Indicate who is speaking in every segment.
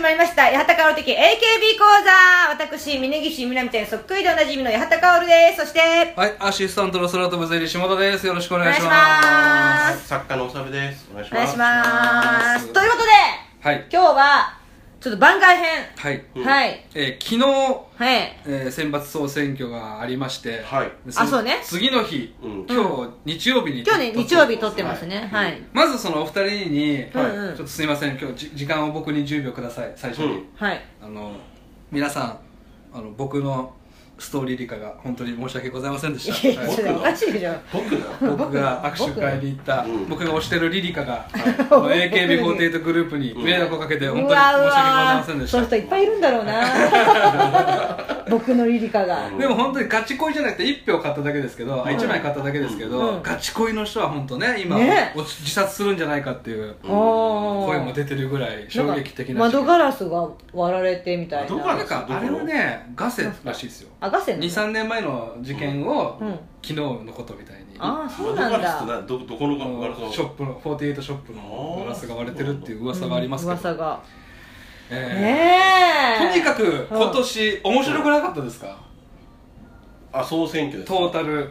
Speaker 1: まいました八幡薫的 AKB 講座私峯岸みなみ店そっくりでおなじみの八幡薫ですそして
Speaker 2: はい、アシスタントの空飛ぶゼリー下田です。よろしくお
Speaker 1: お
Speaker 2: 願いします。
Speaker 1: 願いします
Speaker 3: 作家のおさぶですお願いし
Speaker 1: お
Speaker 3: ま
Speaker 1: 願い
Speaker 3: す
Speaker 1: しま
Speaker 2: お願いしますす
Speaker 1: ということで
Speaker 2: はい、
Speaker 1: 今日はちょっと番外編
Speaker 2: はい、
Speaker 3: うん
Speaker 1: はい
Speaker 2: えー昨日、
Speaker 1: はい
Speaker 2: えー選抜総選挙がありまして、
Speaker 3: はい
Speaker 2: そ
Speaker 1: あそうね
Speaker 2: 次の日、
Speaker 3: うん
Speaker 2: 今日日曜日に、
Speaker 1: 今日ね
Speaker 2: 撮っ
Speaker 1: 日曜日撮ってますね
Speaker 3: は
Speaker 1: はいい
Speaker 2: まずそのお二人に、
Speaker 1: うん
Speaker 2: ち
Speaker 1: う
Speaker 2: ょ
Speaker 1: ん
Speaker 2: っとすいません、今日じ時間を僕に10秒ください。最初に、
Speaker 3: うん
Speaker 1: はい
Speaker 2: あの皆さん、あの僕のストーリー理科が本当に申し訳ございませんで
Speaker 1: いやい
Speaker 2: し
Speaker 1: や
Speaker 2: た。はい
Speaker 1: それおかしいでしょ
Speaker 3: 僕な
Speaker 2: 僕が握手会に行った
Speaker 3: うん
Speaker 2: 僕が推してるリリカが、
Speaker 1: 僕
Speaker 2: この AKB48 グループに迷惑をかけて
Speaker 1: う
Speaker 2: 本当に申し
Speaker 1: わ
Speaker 2: 訳
Speaker 1: う
Speaker 2: ござい
Speaker 1: わ
Speaker 2: ませんでし
Speaker 1: そういう
Speaker 2: た
Speaker 1: 人いっぱいいるんだろうな 僕のリリカが
Speaker 3: うん
Speaker 2: でも本当にガチ恋じゃなくて1票買っただけですけど、あ1枚買っただけですけど、
Speaker 1: うん
Speaker 2: ガチ恋の人は本当ね今
Speaker 1: ね
Speaker 2: 落ち自殺するんじゃないかっていう
Speaker 1: おー
Speaker 2: 声も出てるぐらい衝撃的な
Speaker 1: なんか窓
Speaker 2: 事件
Speaker 1: ガラスが割られてみたい
Speaker 3: 窓ガ
Speaker 1: な
Speaker 3: ラ
Speaker 2: なんかあれはねガセらしいですよ
Speaker 1: あガセなの
Speaker 2: 23年前の事件を、
Speaker 1: うん
Speaker 2: 昨日のことみたいに
Speaker 1: ああそう
Speaker 3: 窓
Speaker 1: な
Speaker 3: ガ
Speaker 1: ん
Speaker 3: ラスって
Speaker 1: だ
Speaker 3: などどこの
Speaker 2: あの
Speaker 3: ガラスを
Speaker 2: ショップの48ショップのガラスが割れてるっていう噂がありますけど、
Speaker 1: 噂が
Speaker 2: ええ
Speaker 1: ねえ
Speaker 2: とにかく今年面白くなかったですか
Speaker 3: あ総選挙です
Speaker 2: トータル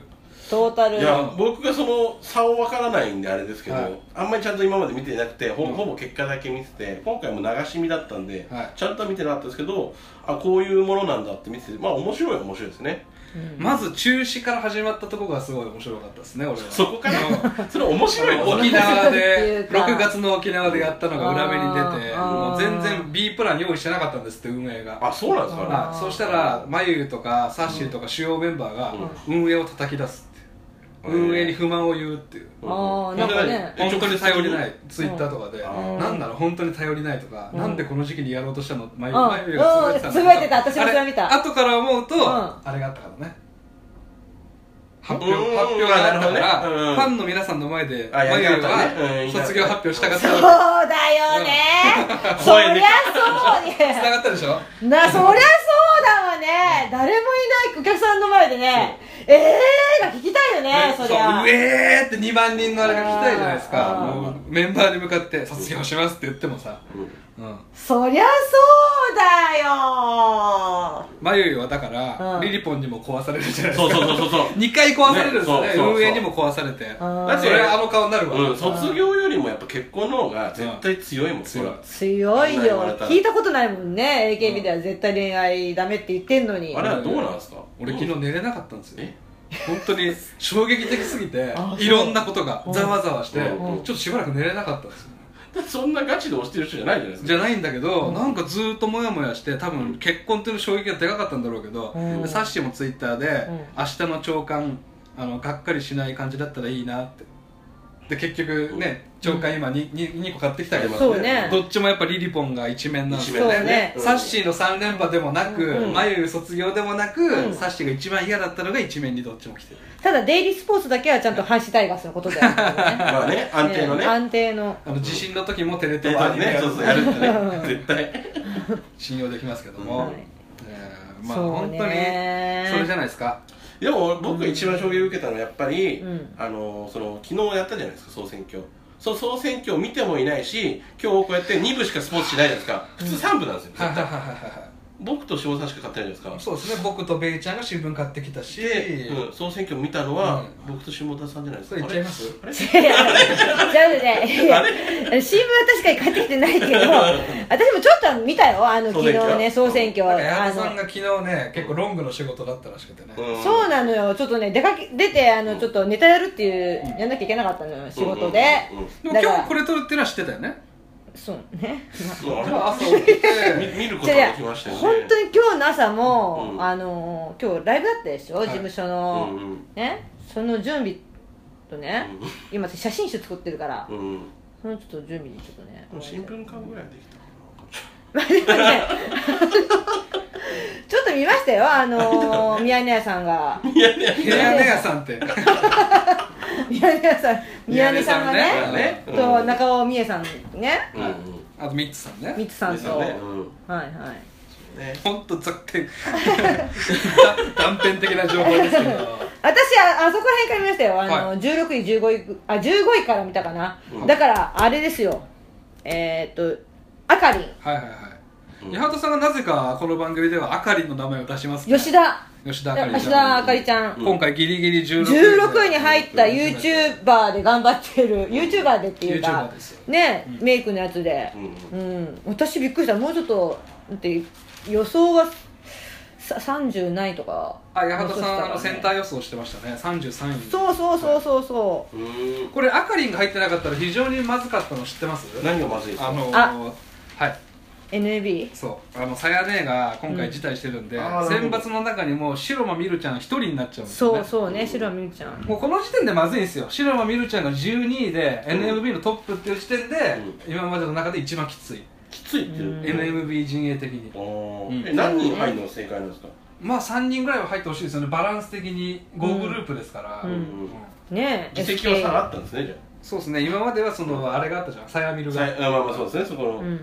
Speaker 1: トータル
Speaker 3: いや僕がその差をわからないんであれですけど、
Speaker 2: はい
Speaker 3: あんまりちゃんと今まで見てなくてほ
Speaker 2: うん
Speaker 3: ほぼ結果だけ見てて今回も流し見だったんで、
Speaker 2: はい
Speaker 3: ちゃんとは見てなかったですけどあこういうものなんだって見ててまあ面白いは面白いですね
Speaker 1: うん
Speaker 2: まず中止から始まったところがすごい面白かったですね俺は
Speaker 3: そこから
Speaker 2: うん
Speaker 3: それ面白いの
Speaker 2: 沖
Speaker 1: 面白い
Speaker 2: 縄で
Speaker 1: っていうか
Speaker 2: 6月の沖縄でやったのが裏目に出て
Speaker 1: あー
Speaker 2: もう全然 B プラン用意してなかったんですって運営が
Speaker 3: あそうなんですかね
Speaker 2: はいそうしたらまゆゆとかさっしーとか主要メンバーが運営を叩き出すっていう
Speaker 3: うん
Speaker 2: 運営に不満を言うっていう
Speaker 3: うん
Speaker 1: あーなんかね
Speaker 3: え
Speaker 2: 本当に頼りない
Speaker 3: 直
Speaker 2: ツイッターとかで、
Speaker 3: あ
Speaker 1: ー
Speaker 2: なんなら本当に頼りないとか、
Speaker 1: うん
Speaker 2: なんでこの時期にやろうとしたの前
Speaker 1: うん
Speaker 2: 前よりが
Speaker 1: うん
Speaker 2: つぶ
Speaker 1: つぶやいてた私もそれは見た
Speaker 2: 後から思うと、
Speaker 1: ん
Speaker 2: あれがあったからね発表
Speaker 3: うーん
Speaker 2: 発表があったから、
Speaker 3: なるほどねうん
Speaker 2: ファンの皆さんの前で
Speaker 3: あや
Speaker 2: ま
Speaker 3: り
Speaker 2: ゆ
Speaker 3: たか
Speaker 2: ゆ
Speaker 3: ったね
Speaker 2: は
Speaker 3: うん
Speaker 2: 卒業発表したかっ
Speaker 1: そう
Speaker 2: た
Speaker 1: だ
Speaker 2: ら
Speaker 1: よねそり
Speaker 3: 声で
Speaker 1: ゃそうね
Speaker 2: つながったでしょ
Speaker 1: なそりゃそうだわね誰もいないお客さんの前でね「えー」が聞きたいよねそりゃ
Speaker 2: ううえーって2万人のあれが聞きたいじゃないですか
Speaker 1: あー
Speaker 2: もうメンバーに向かって卒業しますって言ってもさ、
Speaker 3: うん
Speaker 2: うん、
Speaker 1: そりゃそうだよ
Speaker 2: まゆゆはだから、
Speaker 1: うん
Speaker 2: リリポンにも壊されるじゃないですか
Speaker 3: そうそうそうそうそう
Speaker 2: 2回壊されるんですよね
Speaker 3: ねそうそうそう
Speaker 2: 運営にも壊されて
Speaker 1: あー
Speaker 2: だって俺あの顔になるわ、
Speaker 3: うん、卒業よりもやっぱ結婚の方が絶対強いもん、
Speaker 2: 強い
Speaker 3: ほら
Speaker 1: 強い
Speaker 3: そんな言わ
Speaker 1: よ
Speaker 3: れたら
Speaker 1: 聞いたことないもんね AKB では絶対恋愛ダメって言ってんのに
Speaker 3: あれはどうなんですか
Speaker 2: 俺昨日寝れなかったんですよ
Speaker 3: え
Speaker 2: 本当に衝撃的すぎて
Speaker 1: あそう
Speaker 2: いろんなことがざわざわしてち
Speaker 3: うん
Speaker 2: ょっとしばらく寝れなかったんですよ
Speaker 3: だってそんなガチで押してる人じゃないじゃないですか
Speaker 2: じゃないんだけどなんかずーっとモヤモヤして多分結婚っていう衝撃がでかかったんだろうけど
Speaker 1: うん
Speaker 2: でサッシーもツイッターで
Speaker 1: うん
Speaker 2: 「明日の朝刊あのがっかりしない感じだったらいいな」ってで結局ね朝刊今 2, 2個買ってきたけど
Speaker 1: そうね
Speaker 2: どっちもやっぱりリリポンが一面なんです
Speaker 3: 一
Speaker 2: よ
Speaker 3: 面だよ
Speaker 1: そうね
Speaker 2: サッシーの3連覇でもなく、
Speaker 1: うん
Speaker 2: まゆゆ卒業でもなく、
Speaker 1: うん
Speaker 2: サッシーが一番嫌だったのが一面にどっちも来てる、
Speaker 1: ただデイリースポーツだけはちゃんと阪神タイガースのことだよね
Speaker 3: まあね安定のね
Speaker 1: 安定の
Speaker 2: あの地震の時もテレ
Speaker 3: デ
Speaker 2: 東
Speaker 3: ー
Speaker 2: は
Speaker 3: タでねそうそうやるってね 絶対
Speaker 2: 信用できますけども、
Speaker 1: はい
Speaker 2: えーまあ
Speaker 1: そう
Speaker 2: 本当にそ
Speaker 1: ね
Speaker 2: れじゃないですか
Speaker 3: でも僕が一番衝撃を受けたのはやっぱり、
Speaker 1: うん
Speaker 3: あのその昨日やったじゃないですか総選挙その総選挙を見てもいないし今日こうやって2部しかスポーツしないじゃないですか普通3部なんですよ、
Speaker 2: はいはいはいは
Speaker 3: 僕と下さんしか買ってないじゃない
Speaker 2: い
Speaker 3: です
Speaker 2: そ
Speaker 3: か
Speaker 2: うですね僕とベイちゃんが新聞買ってきたし、
Speaker 3: で、うん、総選挙見たのは、
Speaker 2: う
Speaker 3: 僕と下田さんじゃないです
Speaker 2: それ
Speaker 3: か
Speaker 2: 言っちゃいま
Speaker 3: あ
Speaker 2: す
Speaker 1: 違う違う違う違う 新聞は確かに買ってきてないけど私もちょっとは見たよあの昨
Speaker 3: 総
Speaker 1: 日
Speaker 3: 選挙
Speaker 1: ね総選挙
Speaker 2: なんか
Speaker 1: あ
Speaker 2: 矢野さ
Speaker 1: の
Speaker 2: んが昨日ね結構ロングの仕事だったらしくてね、
Speaker 3: れん
Speaker 1: そうなのよちょっとね出かけ出てあのちょっとネタやるっていうやんなきゃいけなかったのよ仕事で
Speaker 3: うんうんうん
Speaker 2: でも
Speaker 1: だか
Speaker 2: 今
Speaker 1: ら
Speaker 2: 日これ撮るっていうのは知ってたよね
Speaker 1: そうね
Speaker 3: うんあれ
Speaker 2: 朝起き
Speaker 3: 見
Speaker 2: て
Speaker 3: 見ること
Speaker 1: じ
Speaker 3: が
Speaker 1: ゃ
Speaker 3: できましたよね
Speaker 1: 本当に今日の朝も、
Speaker 3: うん
Speaker 1: あの今日ライブだったでしょ、
Speaker 2: い
Speaker 1: 事務所の、
Speaker 3: うんうん
Speaker 1: ねその準備とね、今私写真集作ってるから、
Speaker 3: うんうん
Speaker 1: そのちょっと準備にちょっとね
Speaker 3: でも新聞館ぐらいはできたか
Speaker 1: ま あでもね ちょっと見ましたよあのミヤネ屋さんが
Speaker 3: ないやいや
Speaker 2: 部屋ネ屋さん って
Speaker 1: ミヤネ屋さんミヤネさんが
Speaker 2: ミ
Speaker 1: ね
Speaker 2: ヤネさんね
Speaker 3: うん
Speaker 1: と中尾美恵さんね
Speaker 3: うんうん
Speaker 2: あとミッツさんね
Speaker 1: ミツさん
Speaker 3: です
Speaker 1: と、
Speaker 3: よねうん
Speaker 1: はいはい
Speaker 3: そうね
Speaker 2: ほんとざっくり 断片的な情報ですけど
Speaker 1: 私ああそこら辺から見ましたよあの、
Speaker 2: は
Speaker 1: 16位15位あ15位から見たかな、
Speaker 3: うん
Speaker 1: だからあれですよえーっとあかりん
Speaker 2: はいはいはい
Speaker 3: うん
Speaker 2: 八幡さんがなぜかこの番組ではあかりの名前を出しますね
Speaker 1: 吉田
Speaker 2: 吉田あかり
Speaker 1: 吉
Speaker 2: ちゃ
Speaker 1: 田
Speaker 2: ん
Speaker 1: あかりちゃん
Speaker 3: うん
Speaker 2: 今回ギリギリ16
Speaker 1: 16位に入った YouTuber で頑張ってる YouTuber でっていうか
Speaker 2: YouTuber ですよ
Speaker 1: ね
Speaker 2: うん
Speaker 1: メイクのやつで
Speaker 3: うんうん
Speaker 1: うん私びっくりしたもうちょっとだって予想がさ30ないとか
Speaker 2: あ八幡さんあのセンター
Speaker 1: ー
Speaker 2: 予想してましたね33位
Speaker 1: そうそうそうそうそう
Speaker 3: ーん
Speaker 2: これあかりんが入ってなかったら非常にまずかったの知ってます
Speaker 3: 何がまずいですか
Speaker 2: あの
Speaker 1: あ
Speaker 2: はいう
Speaker 1: NAB
Speaker 2: そうあのさや姉が今回辞退してるんで、
Speaker 3: うんあーなる
Speaker 2: 選
Speaker 3: ほど
Speaker 2: 抜の中にもう白間みるちゃん一人になっちゃうんですよ
Speaker 1: そ
Speaker 2: ね
Speaker 1: うそうね白みゆちゃん
Speaker 2: もうこの時点でまずいんですよ白間みるちゃんが12位で、NMB のトップっていう時点で、今までの中で一番きつい、
Speaker 3: きついって
Speaker 1: うん
Speaker 2: NMB 陣営的に
Speaker 3: お
Speaker 2: うん
Speaker 3: ーえ何人入るのが正解なんですか
Speaker 2: まあ3人ぐらいは入ってほしいですよねバランス的に5グループですから、
Speaker 1: うん
Speaker 3: うん
Speaker 1: ねえ
Speaker 3: 議席は下がったんですねじゃ
Speaker 2: そうですね今まではそのあれがあったじゃんさやみる
Speaker 3: あ
Speaker 2: が、
Speaker 3: さいあまあまあそうですねそこの、
Speaker 1: うん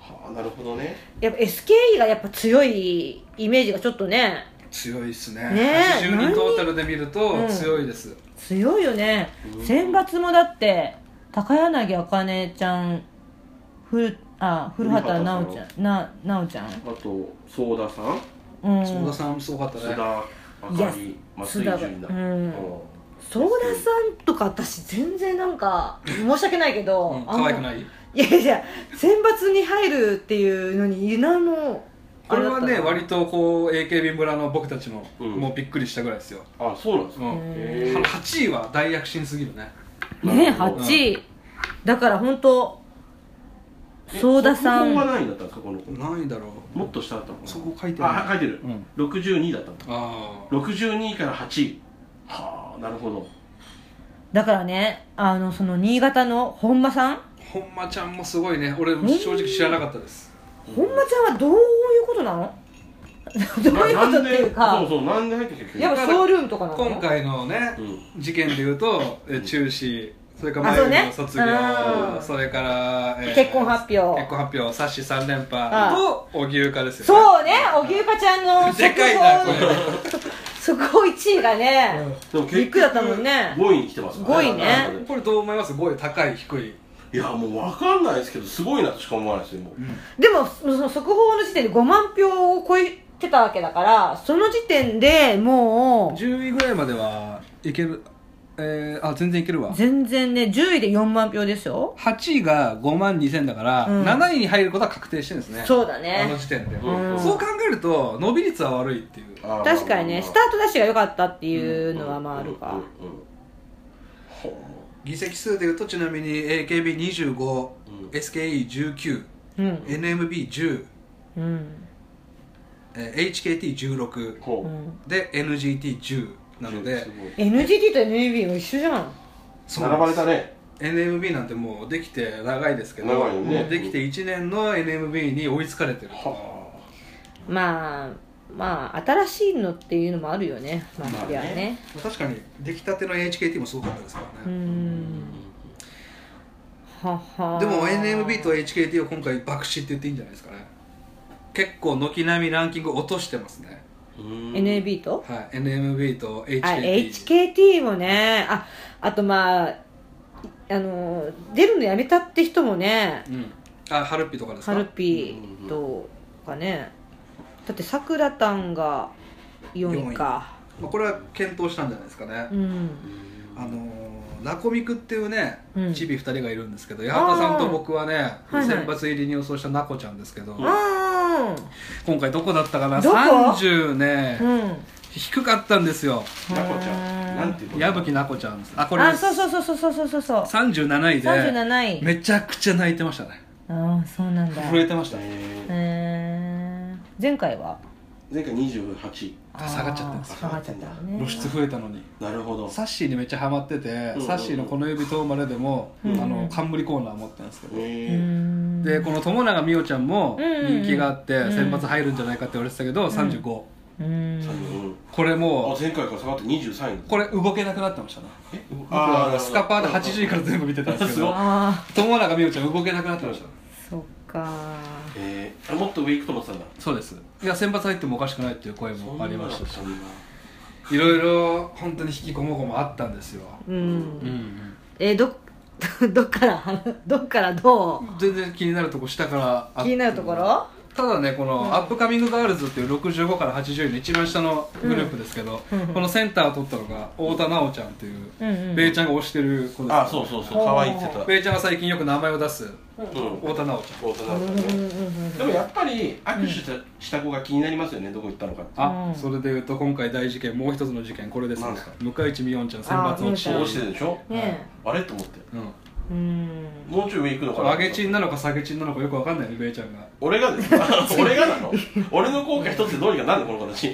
Speaker 3: はあなるほどね
Speaker 1: やっぱ SKE がやっぱ強いイメージがちょっとね
Speaker 2: 強いっすね
Speaker 1: ねえ
Speaker 2: 80人トータルで見る
Speaker 1: う
Speaker 2: と
Speaker 1: ん
Speaker 2: 強いです、
Speaker 1: 強いよね
Speaker 3: うん
Speaker 1: 選抜もだって高柳茜ちゃん古あ古畑奈央ちゃんな奈央ちゃん
Speaker 3: あと相田さん
Speaker 1: うん
Speaker 2: 相田さんもすごかった
Speaker 3: 須
Speaker 2: ね
Speaker 3: 田あ
Speaker 1: いや
Speaker 3: かり松井
Speaker 1: 須
Speaker 3: 純
Speaker 1: 田
Speaker 3: 奈
Speaker 1: がうん
Speaker 3: うん
Speaker 1: 相田さんとか私全然なんか申し訳ないけど、
Speaker 2: うん
Speaker 1: あん
Speaker 2: 可
Speaker 1: ま
Speaker 2: 愛くない
Speaker 1: いやいや選抜に入るっていうのにユナの
Speaker 2: これは
Speaker 1: あだっ
Speaker 2: ね
Speaker 1: た
Speaker 2: 割とこう AKB 村の僕たちの、
Speaker 3: うん
Speaker 2: もうびっくりしたぐらいですよ、
Speaker 3: あそうなんです
Speaker 2: う
Speaker 3: か、
Speaker 1: へ
Speaker 2: ん
Speaker 3: へえ
Speaker 2: 8位は大躍進すぎるね
Speaker 1: ね
Speaker 3: なるほど
Speaker 1: 8位、だから本当相田さ
Speaker 3: えそこ
Speaker 1: ん
Speaker 3: は何位だったんですかこの子
Speaker 2: 何位だろう
Speaker 3: もっと下だったのかな
Speaker 2: そこ書いてない
Speaker 3: あ書いてる、
Speaker 2: うん
Speaker 3: 62だったの
Speaker 2: ああ
Speaker 3: 62位から8位はあなるほど
Speaker 1: だからねあのその新潟の本間さん
Speaker 2: 本間ちゃんもすごいね俺
Speaker 1: ん
Speaker 2: 正直知らなかったです
Speaker 1: 本間ちゃんはどういうことなの どういうことっていう
Speaker 3: な
Speaker 1: か
Speaker 3: なんでそうそうなんで入ってきたっけ
Speaker 1: やっぱショールームとかなの
Speaker 2: 今回のね
Speaker 3: うん
Speaker 2: 事件でいうとえ中止それから
Speaker 1: あそう
Speaker 2: 前
Speaker 1: ね
Speaker 2: の卒業
Speaker 1: うん
Speaker 2: それから、えー
Speaker 1: 結婚発表
Speaker 2: 結婚発表サッシ3連
Speaker 1: あ
Speaker 2: 覇と荻生かですよね
Speaker 1: そうね荻生かちゃん の
Speaker 2: でかいなこれ
Speaker 1: そこ1位がね、
Speaker 3: でも結局
Speaker 1: びっくりだったもんね
Speaker 3: 5位に来てますから
Speaker 1: 五位ね
Speaker 3: なんか
Speaker 2: これどう思います5位高い低い、
Speaker 3: いやもう分かんないですけどすごいなとしか思わないですよもう
Speaker 1: でもその速報の時点で5万票を超えてたわけだからその時点でもう
Speaker 2: 10位ぐらいまではいけるえー、あ全然いけるわ
Speaker 1: 全然ね10位で4万票ですよ
Speaker 2: 8位が5万2000だから、
Speaker 1: うん
Speaker 2: 7位に入ることは確定してるんですね
Speaker 1: そうだ
Speaker 2: あの
Speaker 1: ね
Speaker 2: 時点で、
Speaker 3: うん
Speaker 2: そう考えると伸び率は悪いっていう
Speaker 3: あー
Speaker 1: 確かにねスタートダッシュが良かったっていうのはまあある
Speaker 3: う
Speaker 1: か
Speaker 3: んうんうんほ
Speaker 2: 議席数でいうとちなみに AKB25、
Speaker 3: うん
Speaker 2: SKE19
Speaker 1: うん、
Speaker 2: NMB10
Speaker 1: うん
Speaker 2: えー HKT16
Speaker 3: うほ
Speaker 1: う、
Speaker 3: うん
Speaker 2: で NGT10 なのです
Speaker 3: ごい
Speaker 1: NGT と NAB が一緒じゃん
Speaker 2: そう
Speaker 3: 並ばれたね
Speaker 2: NMB なんてもうできて長いですけど
Speaker 3: 長いよね
Speaker 2: もうできて1年の NMB に追いつかれてる
Speaker 3: は
Speaker 1: まあまあ新しいのっていうのもあるよねまあ
Speaker 3: まあね
Speaker 1: そりゃね
Speaker 2: 確かに出来たての HKT もすごかったですから
Speaker 1: う
Speaker 2: ね、
Speaker 1: んはは
Speaker 2: でも NMB と HKT を今回爆死って言っていいんじゃないですかね結構軒並みランキング落としてますね
Speaker 3: あうーん
Speaker 1: NAB と
Speaker 2: はい、NMB と HKT
Speaker 1: あ HKT もねああとまああの出るのやめたって人もね
Speaker 2: うん、あハルピとかですか
Speaker 1: ハルピーとかねだってさくらたんが4位か
Speaker 2: まあ、これは検討したんじゃないですかね
Speaker 1: う、
Speaker 3: うんん
Speaker 2: あのーラコミクっていうね、
Speaker 1: うん
Speaker 2: チビ2人がいるんですけど八幡さんと僕はね、
Speaker 1: ーはいはい
Speaker 2: 選抜入りに予想したナコちゃんですけど、
Speaker 1: あ
Speaker 2: 今回どこだったかな
Speaker 1: どこ
Speaker 2: 30ね、
Speaker 1: ーうん
Speaker 2: 低かったんですよ
Speaker 3: なこちゃんなんていうの
Speaker 2: 矢吹ナコちゃんですあこれ
Speaker 1: あそうそうそうそうそうそうそう
Speaker 2: 37位で
Speaker 1: 37位
Speaker 2: めちゃくちゃ泣いてましたね
Speaker 1: ああそうなんだ
Speaker 2: 震えてましたね
Speaker 3: え
Speaker 1: えー前回は
Speaker 3: ー前回28位
Speaker 2: 下がっちゃったんです
Speaker 1: あー下がっちゃったのね
Speaker 2: 露出増えたのに
Speaker 3: なるほど
Speaker 2: サッシーにめっちゃハマってて、
Speaker 3: うん
Speaker 2: サッシーの「この指とまれ」でも、
Speaker 1: うん
Speaker 2: あの冠コーナー持ってるんですけど、
Speaker 1: う
Speaker 3: え
Speaker 1: ん
Speaker 2: でこの友永美桜ちゃんも人気があって
Speaker 1: うんうん
Speaker 2: 選抜入るんじゃないかって言われてたけど、35こ
Speaker 1: うん
Speaker 3: うん
Speaker 2: れ
Speaker 3: あ
Speaker 2: も
Speaker 3: 前回から下がって23位
Speaker 2: うこれ動けなくなってましたね
Speaker 3: え
Speaker 2: 僕はスカパーで80位から全部見てたんですけ
Speaker 3: す
Speaker 2: ど
Speaker 1: ああ
Speaker 2: 友永美桜ちゃん動けなくなってました
Speaker 1: そっか
Speaker 3: えー、あもっと上行くと思ってたんだ
Speaker 2: そうですいや選抜入ってもおかしくないっていう声
Speaker 3: そん
Speaker 2: も
Speaker 3: な
Speaker 2: ありましたし
Speaker 3: そんない
Speaker 2: ろいろ本当に引きこもごもあったんですよ、
Speaker 1: う
Speaker 2: うんん
Speaker 1: えー どどっから話どっからどう
Speaker 2: 全然気になるとこ下からあっ
Speaker 1: 気
Speaker 2: て
Speaker 1: になるところ
Speaker 2: ただねこの、
Speaker 1: うん
Speaker 2: アップカミングガールズっていう65から80の一番下のグループですけど、
Speaker 1: うん
Speaker 2: このセンターを取ったのが太田奈央ちゃんっていう、
Speaker 1: うんうん
Speaker 2: ベイちゃんが推してる子です
Speaker 3: あそうそうそう可愛いって言ってた
Speaker 2: ベイちゃんが最近よく名前を出す
Speaker 3: うん
Speaker 2: 太田奈央ちゃん
Speaker 3: 大人だ
Speaker 1: う
Speaker 3: っ
Speaker 1: ん
Speaker 3: た
Speaker 1: うん
Speaker 3: ね
Speaker 1: うん
Speaker 3: でもやっぱり握手した,、した子が気になりますよねどこ行ったのかって
Speaker 2: あ、
Speaker 1: うん
Speaker 2: それでいうと今回大事件もう一つの事件これですね
Speaker 3: なんですか
Speaker 2: 向井地美音ちゃん選抜落ち
Speaker 1: あ
Speaker 3: 落ちてるでしょ
Speaker 1: うんね
Speaker 3: あれと思って
Speaker 2: う
Speaker 1: えうん
Speaker 3: もうちょい上行くのか
Speaker 2: ん
Speaker 3: な
Speaker 2: 上げチンなのか下げチンなのかよくわかんないねベイちゃんが
Speaker 3: 俺がですか 俺がなの俺の効果一つでどうにかなんでこの形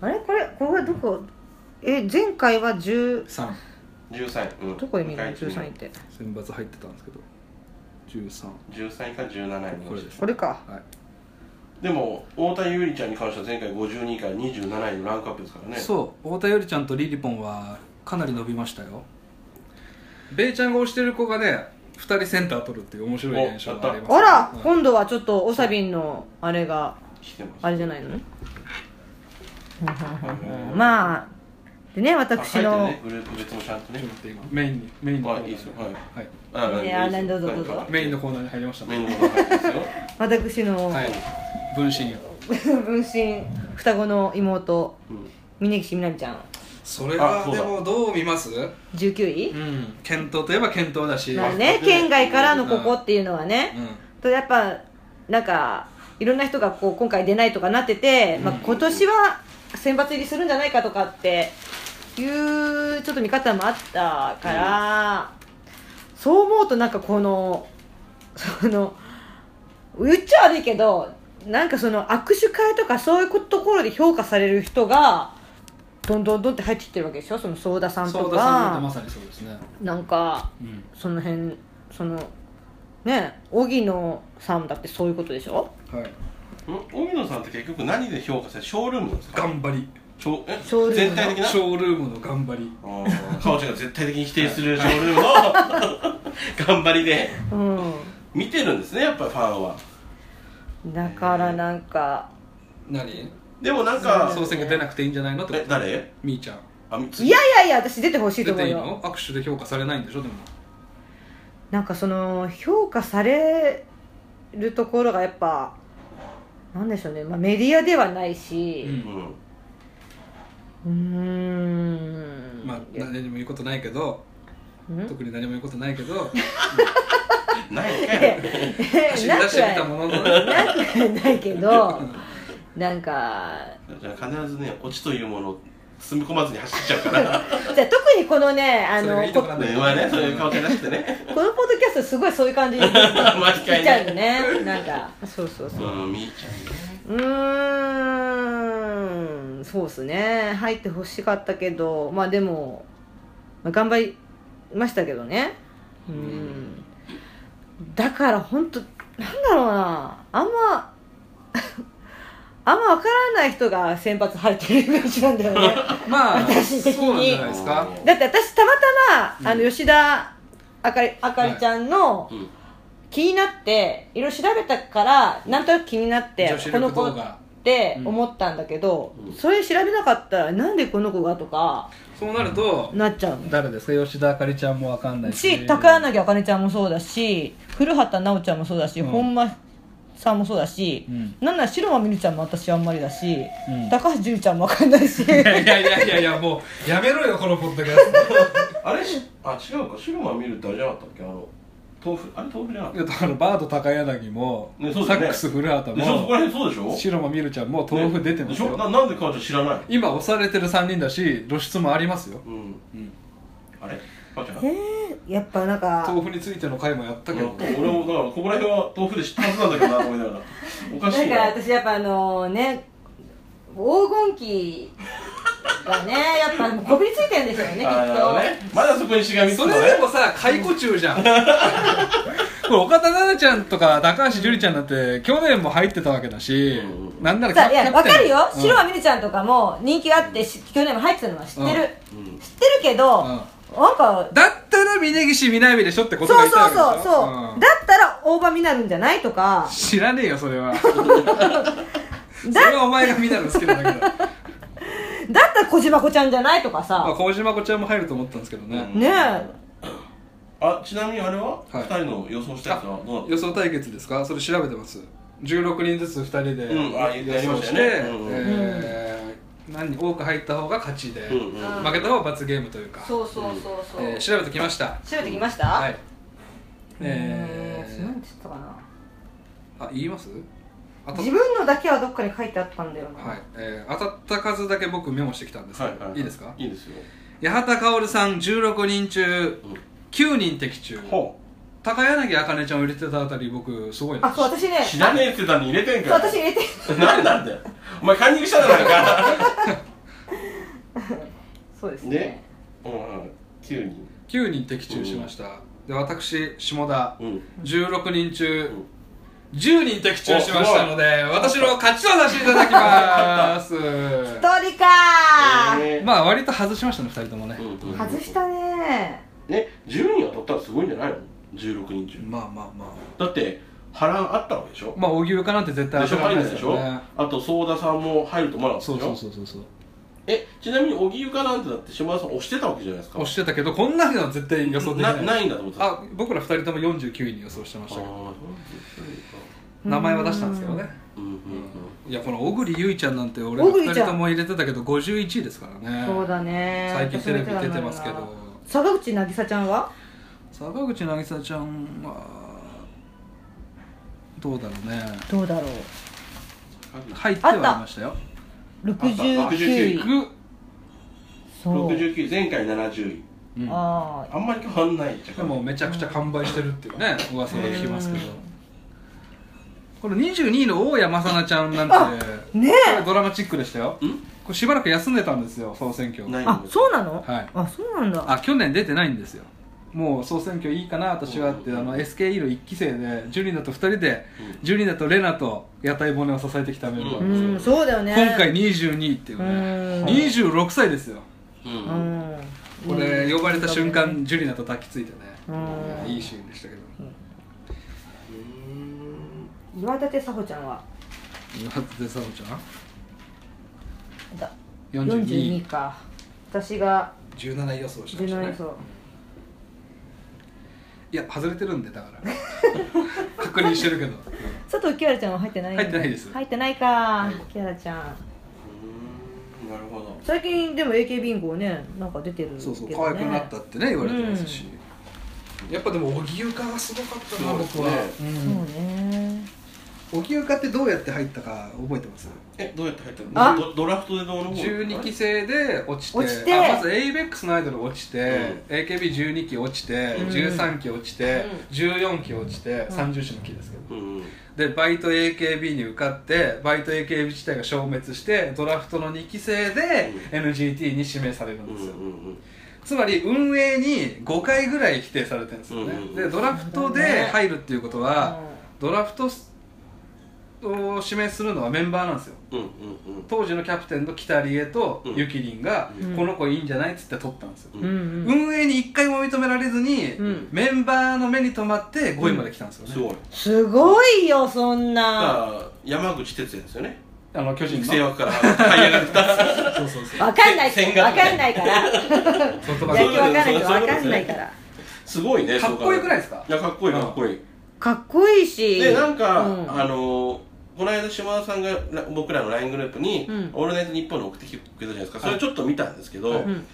Speaker 1: あれこれこれどこえ前回は10
Speaker 2: 3
Speaker 3: 13うん
Speaker 1: どこで見るの
Speaker 3: 向井地美
Speaker 1: 13位
Speaker 3: 音
Speaker 1: って
Speaker 2: 選抜入ってたんですけど13
Speaker 3: 13位か17位に
Speaker 2: これ
Speaker 3: 落ち
Speaker 2: で
Speaker 3: て
Speaker 2: す
Speaker 1: これか
Speaker 2: はい
Speaker 3: でも太田優里ちゃんに関しては前回52位から27位のランクアップですからね
Speaker 2: そう太田よりちゃんとリリポンはかなり伸びましたよベイちゃんが推してる子がね2人センター取るっていう面白い現象があります
Speaker 1: あら
Speaker 2: うん
Speaker 1: 今度はちょっとおさびんのあれが
Speaker 3: 来てます
Speaker 1: あれじゃないのねまあでね私
Speaker 3: あ
Speaker 1: の
Speaker 3: 入ってるねグループ別もちゃんと
Speaker 2: ちょっ
Speaker 3: ね
Speaker 2: と待って今メインにメインのコーナー
Speaker 3: あいいですよはい
Speaker 2: はい
Speaker 3: あ
Speaker 1: いや
Speaker 3: いいですよ
Speaker 1: どうぞどうぞ
Speaker 3: はい
Speaker 2: メインのコーナーに入りました
Speaker 3: メ
Speaker 2: ね
Speaker 3: インの方が入ってますよ
Speaker 1: 私の
Speaker 2: はい分身よ
Speaker 1: 分身双子の妹
Speaker 3: うん
Speaker 1: 峯岸みなみちゃん
Speaker 2: それ
Speaker 3: あ
Speaker 2: は
Speaker 3: そう
Speaker 2: で
Speaker 3: だ
Speaker 2: もどう見ます
Speaker 1: 19位
Speaker 2: うん検討といえば検討だし、
Speaker 1: まあね県外からのここっていうのはね、
Speaker 2: う
Speaker 1: とやっぱなんかいろんな人がこう今回出ないとかなってて、まあ、今年は選抜入りするんじゃないかとかっていうちょっと見方もあったから、そう思うとなんかこのその言っちゃ悪いけどなんかその握手会とかそういうところで評価される人がどんどんどんって入ってきてるわけでしょその相田さ
Speaker 2: ん、
Speaker 1: ん
Speaker 2: ソ
Speaker 1: と
Speaker 2: ーダさんなんて
Speaker 1: か
Speaker 2: まさにそうですね、
Speaker 1: なんか
Speaker 2: うん、
Speaker 1: その辺そのね荻野さんだってそういうことでしょ
Speaker 2: はい
Speaker 3: ん荻野さんって結局何で評価されるショールームなんですか
Speaker 2: 頑張り
Speaker 3: ショえ
Speaker 1: ショールーム
Speaker 3: 全体的な
Speaker 2: ショールームの頑張り
Speaker 3: あーかおちゃんが絶対的に否定するショー ルームの頑張りで
Speaker 1: う
Speaker 3: 見てるんですねやっぱりファンは
Speaker 1: んだからなんか
Speaker 2: 何
Speaker 3: でもなんか
Speaker 2: 総選挙出なくていいんじゃないのってこ
Speaker 3: え
Speaker 2: と
Speaker 3: 誰
Speaker 2: みーちゃん
Speaker 3: あみ
Speaker 1: いやいやいや私出てほしいと思
Speaker 2: 出て
Speaker 1: う
Speaker 2: いい
Speaker 1: よ
Speaker 2: の握手で評価されないんでしょでも
Speaker 1: なんかその評価されるところがやっぱなんでしょうね、まあ、メディアではないしう
Speaker 3: うん
Speaker 1: ーん
Speaker 2: まあ何にも言うことないけど
Speaker 1: ん
Speaker 2: 特に何も言うことない けど
Speaker 3: ないのかよ
Speaker 2: 走り出してみたもののね
Speaker 1: なくはないけどなんか
Speaker 3: じゃあ必ずね落ちというものを積み込まずに走っちゃうから
Speaker 1: じゃあ特にこのねあ
Speaker 2: それ
Speaker 1: の
Speaker 2: がいいとこなんだ
Speaker 3: ね
Speaker 2: よ
Speaker 3: まあねそういう顔ちゃんらしくてね
Speaker 1: このポッドキャストすごいそういう 感じに聞い
Speaker 3: 毎回
Speaker 1: ちゃうよ
Speaker 3: ね
Speaker 1: ねなんかそうそう
Speaker 3: う
Speaker 1: そうん
Speaker 3: みーちゃん
Speaker 1: う
Speaker 3: ね
Speaker 1: ーんそうっすね入ってほしかったけどまあでも、まあ頑張りましたけどねうんだから本当なんだろうなあんまあんま分からない人が先発入ってるイメージなんだよ ね
Speaker 2: まあ
Speaker 1: 私的に
Speaker 2: そうなんじゃないですか
Speaker 1: だって私たまたま、あ
Speaker 2: うん
Speaker 1: の吉田あかりあかりちゃんの、
Speaker 3: うん
Speaker 1: 気になっていろいろ調べたからなんとなく気になって
Speaker 2: 女子
Speaker 1: この
Speaker 2: 力
Speaker 1: 子
Speaker 2: 動
Speaker 1: っ
Speaker 2: 画
Speaker 1: て思ったんだけど、
Speaker 3: うん
Speaker 1: それ調べなかったらなんでこの子がとか
Speaker 2: そうなると
Speaker 1: なっちゃうの
Speaker 2: 誰ですか吉田あかりちゃんもわかんない
Speaker 1: し高柳あかねちゃんもそうだし古畑奈央ちゃんもそうだし、
Speaker 2: うん
Speaker 1: 本間さんもそうだし、
Speaker 2: うん
Speaker 1: なんなら白間美瑠ちゃんも私あんまりだし、
Speaker 2: うん
Speaker 1: 高橋樹里ちゃんもわかんないし
Speaker 2: いやいやいやいやいやもうやめろよこのポッドキャス ト
Speaker 3: あれしあ違うか白間見るってあれじゃなかったっけあの豆腐あれ豆腐じゃなかっ
Speaker 2: いやだからバード高柳も、
Speaker 3: ねそう
Speaker 2: サ
Speaker 3: だよね
Speaker 2: ックス古
Speaker 3: た
Speaker 2: 畑
Speaker 3: でしょそこら
Speaker 2: も
Speaker 3: 辺そうでしょ
Speaker 2: 白間みるちゃんも豆腐出てます
Speaker 3: でしょ
Speaker 2: よ、
Speaker 3: ななんでかおちゃん知らない
Speaker 2: 今押されてる3人だし露出もありますよ、
Speaker 3: うん
Speaker 2: うん、
Speaker 3: あれかおちゃん
Speaker 1: えー、やっぱなんか
Speaker 2: 豆腐についての回もやったけ
Speaker 3: 俺
Speaker 2: ど、
Speaker 3: もだからここら辺は豆腐で知ったはずなんだけどなと思いながらおか
Speaker 1: だ
Speaker 3: しい
Speaker 1: か
Speaker 3: な
Speaker 1: ら私やっぱあのね黄金期がねやっぱこびりついてるんですよねきっ
Speaker 3: あーなるほどね
Speaker 1: と
Speaker 3: まだそこにしがみつく
Speaker 2: そ
Speaker 3: のね
Speaker 2: れでもさ解雇中じゃんこれ岡田奈々ちゃんとか高橋樹里ちゃんなんて去年も入ってたわけだし、
Speaker 3: うん
Speaker 2: なんなら
Speaker 1: さあいや
Speaker 2: キャ
Speaker 1: わ
Speaker 2: プテン
Speaker 1: かるよ
Speaker 2: うん
Speaker 1: 白はみるちゃんとかも人気があってし去年も入ってたのは知ってる
Speaker 3: うん
Speaker 1: 知ってるけどなんか
Speaker 2: だったら峯岸みなみでしょってことが
Speaker 1: そう
Speaker 2: 言った
Speaker 1: そ
Speaker 2: わ
Speaker 1: う
Speaker 2: けでし
Speaker 1: そ
Speaker 2: ょ
Speaker 1: うそ
Speaker 2: ん
Speaker 1: うだったら大場になるんじゃないとか
Speaker 2: 知らねえよそ れはそれはお前がみなの好きな だけだ
Speaker 1: だったら小島子ちゃんじゃないとか
Speaker 2: まあ、
Speaker 1: さ
Speaker 2: 麹島子ちゃんも入ると思ったんですけどね、
Speaker 3: うん
Speaker 1: ねえ
Speaker 3: あちなみにあれは
Speaker 2: はい
Speaker 3: 二人の予想したやつはどうな
Speaker 2: 予想対決ですかそれ調べてます16人ずつ2人で
Speaker 3: うんあ言ってやりまし
Speaker 2: し
Speaker 3: たね
Speaker 2: て
Speaker 3: うん
Speaker 2: えー何人多く入った方が勝ちで、
Speaker 3: うんうん
Speaker 2: 負けた方は罰ゲームというか、
Speaker 1: そうそうそうそう、
Speaker 2: えー調べてきました
Speaker 1: 調べてきました、
Speaker 2: はい
Speaker 1: え
Speaker 2: え
Speaker 1: ー、
Speaker 2: ー
Speaker 1: 何て言ったかな
Speaker 2: あ言います当たっ
Speaker 1: 自分のだけはどっかに書いてあったんだよな、
Speaker 2: はいえー当たった数だけ僕メモしてきたんですけど、
Speaker 3: はいはい
Speaker 2: いいですか
Speaker 3: いいですよ
Speaker 2: 八幡薫さん16人中
Speaker 3: うん
Speaker 2: 9人的中
Speaker 3: ほ
Speaker 2: 高柳茜ちゃんを入れてたあたり僕すごいな
Speaker 1: あそう私ね
Speaker 3: う知らねえってたに入れてん
Speaker 1: そう
Speaker 3: か
Speaker 1: 私入れて
Speaker 3: 何なんだよお前カンニングしただろうか
Speaker 1: そうですね
Speaker 3: ねうん急に
Speaker 2: 9人的中しました、で私下田
Speaker 3: うん
Speaker 2: 16人中
Speaker 3: ん
Speaker 2: 10人的中しましたので私の勝ちとさせていただきま
Speaker 1: 一
Speaker 2: す
Speaker 1: 人かー、
Speaker 3: えー
Speaker 2: まあ割と外しましたね2人ともね、
Speaker 3: うんうん
Speaker 1: 外したね
Speaker 3: ね10人当たったらすごいんじゃないの16人中
Speaker 2: まあまあま
Speaker 3: だって波乱あったわけでしょ
Speaker 2: あまあ荻生かなんて絶対
Speaker 3: でしょ
Speaker 2: 当たらな
Speaker 3: 入
Speaker 2: んい
Speaker 3: ないでし
Speaker 2: よ
Speaker 3: ょ
Speaker 2: ね
Speaker 3: あと相田さんも入ると思わなかっ
Speaker 2: そ
Speaker 3: たで
Speaker 2: う
Speaker 3: しょ
Speaker 2: そうそうそうそう
Speaker 3: えちなみに荻生かなんてだって島田さん押してたわけじゃないですか
Speaker 2: 押してたけどこんなのは絶対予想できない
Speaker 3: なないんだと思ってた
Speaker 2: あ僕ら2人とも49位に予想してま
Speaker 3: あー
Speaker 2: し
Speaker 3: そ
Speaker 2: た
Speaker 3: う
Speaker 2: け
Speaker 3: な
Speaker 2: ど
Speaker 3: んだ
Speaker 2: 名前は出したんですけどね
Speaker 3: うんうん
Speaker 2: いやこの小栗ゆいちゃんなんて俺ら
Speaker 1: 小栗
Speaker 2: 2
Speaker 1: ちゃ
Speaker 2: 人
Speaker 1: ん
Speaker 2: とも入れてたけど51位ですからね
Speaker 1: そうだね
Speaker 2: 最近テレビ出てますけど
Speaker 1: 坂口渚ちゃんは
Speaker 2: 坂口渚ちゃんはどうだろうね
Speaker 1: どうだろう
Speaker 2: 入ってはいましたよ
Speaker 3: あ
Speaker 1: 69
Speaker 3: 69
Speaker 1: 位
Speaker 2: 69
Speaker 1: そう
Speaker 3: 69位前回70位
Speaker 2: うん
Speaker 1: あ
Speaker 3: あんまり変わんないじゃん
Speaker 2: でもめちゃくちゃ完売してるっていうね噂は聞きますけどこの22位の大谷正奈ちゃんなんて
Speaker 1: あねえ
Speaker 2: これドラマチックでしたよ
Speaker 3: ん
Speaker 2: これしばらく休んでたんですよ総選挙
Speaker 3: ない
Speaker 1: ー
Speaker 3: の
Speaker 1: あそうなの、
Speaker 2: はい
Speaker 1: あそうなんだ
Speaker 2: あ去年出てないんですよもう総選挙いいかな私はってあの SKE の1期生で12だと2人で12だとレナと屋台骨を支えてきたメンバ
Speaker 1: う
Speaker 2: ーですよ
Speaker 1: んそうだよね
Speaker 2: 今回22位っていうね
Speaker 1: うん
Speaker 2: 26歳ですよ
Speaker 3: う
Speaker 1: うんん
Speaker 2: これ呼ばれた瞬間ジュリナと抱きついてね
Speaker 1: うん
Speaker 2: いやいいシーンでしたけど
Speaker 1: 岩立沙穂ちゃんは
Speaker 2: 岩立沙穂ち
Speaker 1: だ
Speaker 2: ゃん
Speaker 1: 42
Speaker 2: 42
Speaker 1: か私が
Speaker 2: 17位予想してました
Speaker 1: 17
Speaker 2: ね
Speaker 1: 位そう
Speaker 2: いや外れてるんでだから 確認してるけど
Speaker 1: 佐藤キアラちゃんは入ってない
Speaker 2: 入ってないです
Speaker 1: 入ってないか
Speaker 2: い
Speaker 1: キアラちゃん
Speaker 3: なるほど
Speaker 1: 最近でも AK ビンゴねなんか出てるけど、ね、
Speaker 2: そうそう可愛くなったってね言われてますしやっぱでも荻生家がすごかったな
Speaker 3: そうです
Speaker 2: 僕
Speaker 3: ね
Speaker 2: は
Speaker 1: そうね
Speaker 2: うん荻生家ってどうやって入ったか覚えてます
Speaker 3: えどうやって入ったの
Speaker 1: あ
Speaker 3: ドドラフトでどうの方
Speaker 2: 12期生で落ちて
Speaker 1: 落ちて
Speaker 2: あまず ABEX のアイドル落ちて、AKB12 期落ちて、
Speaker 1: うん
Speaker 2: 13期落ちて、
Speaker 1: う
Speaker 2: 14期落ちて、
Speaker 1: ん
Speaker 2: 30種の期ですけど
Speaker 3: うん
Speaker 2: でバイト AKB に受かってバイト AKB 自体が消滅してドラフトの2期生で NGT に指名される
Speaker 3: うんん
Speaker 2: ですよ、
Speaker 3: うん
Speaker 2: つまり運営に5回ぐらい否定されてるんですよね、
Speaker 3: うん
Speaker 2: でドラフトで入るっていうことは、ドラフトを指名するのはメンバーなんですよ
Speaker 3: うんうんうん
Speaker 2: 当時のキャプテンの北里江と
Speaker 3: うん
Speaker 2: ゆきりんが、
Speaker 1: うん
Speaker 2: この子いいんじゃないっつって取ったんですよ、
Speaker 1: うんうんうん
Speaker 2: 運営に1回も認められずに、
Speaker 1: うん
Speaker 2: メンバーの目に留まって5位まで来たんですよね、
Speaker 3: すごい
Speaker 1: すごいよそん
Speaker 3: だ
Speaker 1: な
Speaker 3: から山口哲也ですよね
Speaker 2: あの巨人
Speaker 3: 育
Speaker 2: の
Speaker 3: 成枠から這い上がってきた
Speaker 2: そうそうそう
Speaker 1: わかんない
Speaker 3: せ
Speaker 1: わ
Speaker 3: んが
Speaker 1: か
Speaker 3: み
Speaker 1: ん
Speaker 3: たいな
Speaker 1: ないから
Speaker 2: ソフトバン
Speaker 1: 野
Speaker 2: ク
Speaker 1: 球わかんない
Speaker 3: そう
Speaker 1: 人わ
Speaker 3: そういうこと
Speaker 1: かんないから
Speaker 3: すごいね
Speaker 2: かっこよくないです
Speaker 3: そ
Speaker 2: か
Speaker 3: う考えたらいやかっこいいかっこいい
Speaker 1: かっこいいし
Speaker 3: でなんか、
Speaker 1: うん
Speaker 3: あのーこの間島田さんがら僕らの LINE グループに「
Speaker 1: うん
Speaker 3: オールナイトニッポン」の送ってきてくれたじゃないですかそれ
Speaker 2: はい
Speaker 3: ちょっと見たんですけど、
Speaker 2: はい
Speaker 1: うん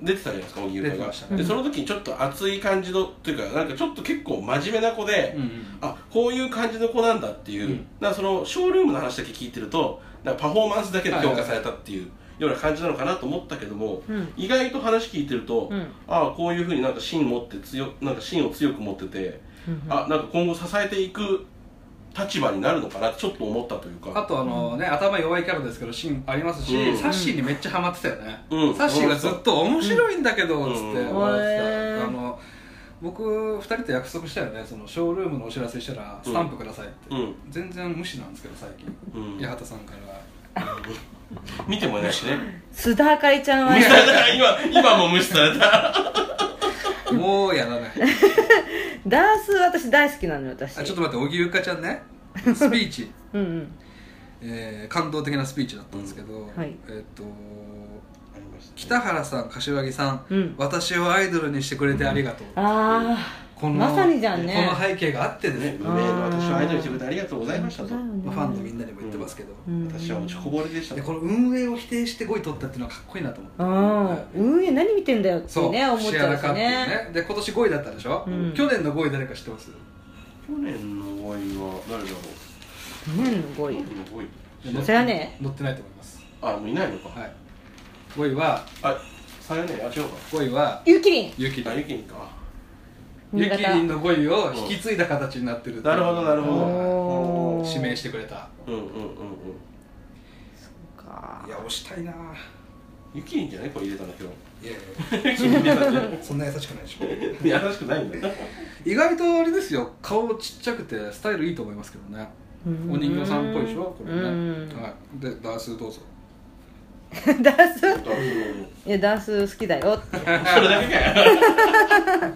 Speaker 3: 出てたじゃないですか荻生
Speaker 2: 出て
Speaker 3: が
Speaker 2: ましたね
Speaker 3: でその時にちょっと熱い感じのというかなんかちょっと結構真面目な子で、
Speaker 2: うんうん
Speaker 3: あこういう感じの子なんだっていう、
Speaker 2: うん
Speaker 3: なんかそのショールームの話だけ聞いてるとなんかパフォーマンスだけで評価されたっていうような感じなのかなと思ったけども、
Speaker 1: うん
Speaker 3: 意外と話聞いてると、
Speaker 1: うん
Speaker 3: ああこういうふうになんか芯持って強なんか芯を強く持ってて、
Speaker 1: うん
Speaker 3: あなんか今後支えていく立場になるのかなってちょっと思ったという
Speaker 2: あ
Speaker 3: か
Speaker 2: とあのね、頭弱いキャラですけどシーンありますし、
Speaker 3: うん
Speaker 2: サッシーにめっちゃハマってたよね、
Speaker 3: うん
Speaker 2: サッシーがずっと面白いんだけど、
Speaker 3: うん
Speaker 2: つって
Speaker 3: うん
Speaker 2: 思ってた、
Speaker 1: へー
Speaker 2: あの僕2人と約束したよねそのショールームのお知らせしたらスタンプくださいって、
Speaker 3: うん
Speaker 2: 全然無視なんですけど最近、
Speaker 3: うん
Speaker 2: 八幡さんから
Speaker 3: 見てもいないしね
Speaker 1: 須田あかりちゃんはね
Speaker 3: 今今も無視された
Speaker 2: もうやらない
Speaker 1: ダンス私大好きなのよ私
Speaker 2: あちょっと待って荻生かちゃんねスピーチ、
Speaker 1: うんうん
Speaker 2: えー感動的なスピーチだったんですけど、
Speaker 1: はい
Speaker 2: えっと北原さん柏木さん、
Speaker 1: うん
Speaker 2: 私をアイドルにしてくれてありがとう、
Speaker 1: あ
Speaker 2: この
Speaker 1: まさにじゃんね
Speaker 2: この背景があって
Speaker 3: ね
Speaker 2: ね、
Speaker 3: 無名の私をアイドルにしてくれてありがとうございましたと、
Speaker 2: まあファンのみんなにも言ってますけど、
Speaker 1: うん
Speaker 3: 私はもうチョコボールでした
Speaker 2: で
Speaker 3: と
Speaker 2: この運営を否定して5位取ったっていうのはかっこいいなと思って、
Speaker 1: うん運営何見てんだよって
Speaker 2: そう
Speaker 1: ね思っちゃうし
Speaker 2: シェアラカっていう
Speaker 1: ね
Speaker 2: ねで今年5位だったでしょ、
Speaker 1: うん
Speaker 2: 去年の5位誰か知ってます
Speaker 3: 去年の5位は誰だろう
Speaker 1: うん5
Speaker 3: 去
Speaker 1: 位
Speaker 3: 年の5位
Speaker 1: それはね
Speaker 2: 乗ってないと思います
Speaker 3: あもういないのか、
Speaker 2: はい5位は
Speaker 3: あさよねあ違うか
Speaker 2: 5位は
Speaker 1: ゆきりん
Speaker 2: ゆきり
Speaker 3: あ
Speaker 2: ん
Speaker 3: ゆきんか
Speaker 2: ゆ
Speaker 1: 新
Speaker 2: き
Speaker 1: 潟
Speaker 2: りんの5位を引き継いだ形になってるっていう
Speaker 3: なるほどなるほど
Speaker 1: おー
Speaker 2: 指名してくれた
Speaker 3: うんうんうんうん
Speaker 1: か
Speaker 2: いや押したいなぁ
Speaker 3: ゆきりんじゃないこれ入れたの
Speaker 2: い やい
Speaker 3: 今日入れたんじゃ
Speaker 2: やそんな優しくないでしょ
Speaker 3: ない優しくないんだ
Speaker 2: 意外とあれですよ顔ちっちゃくてスタイルいいと思いますけどねお人形さんっぽいでしょこれね、
Speaker 1: ね
Speaker 2: はい、でダースどうぞ
Speaker 1: ダンス
Speaker 3: 本当はその
Speaker 1: いやダンス好きだよって
Speaker 3: それだけかよ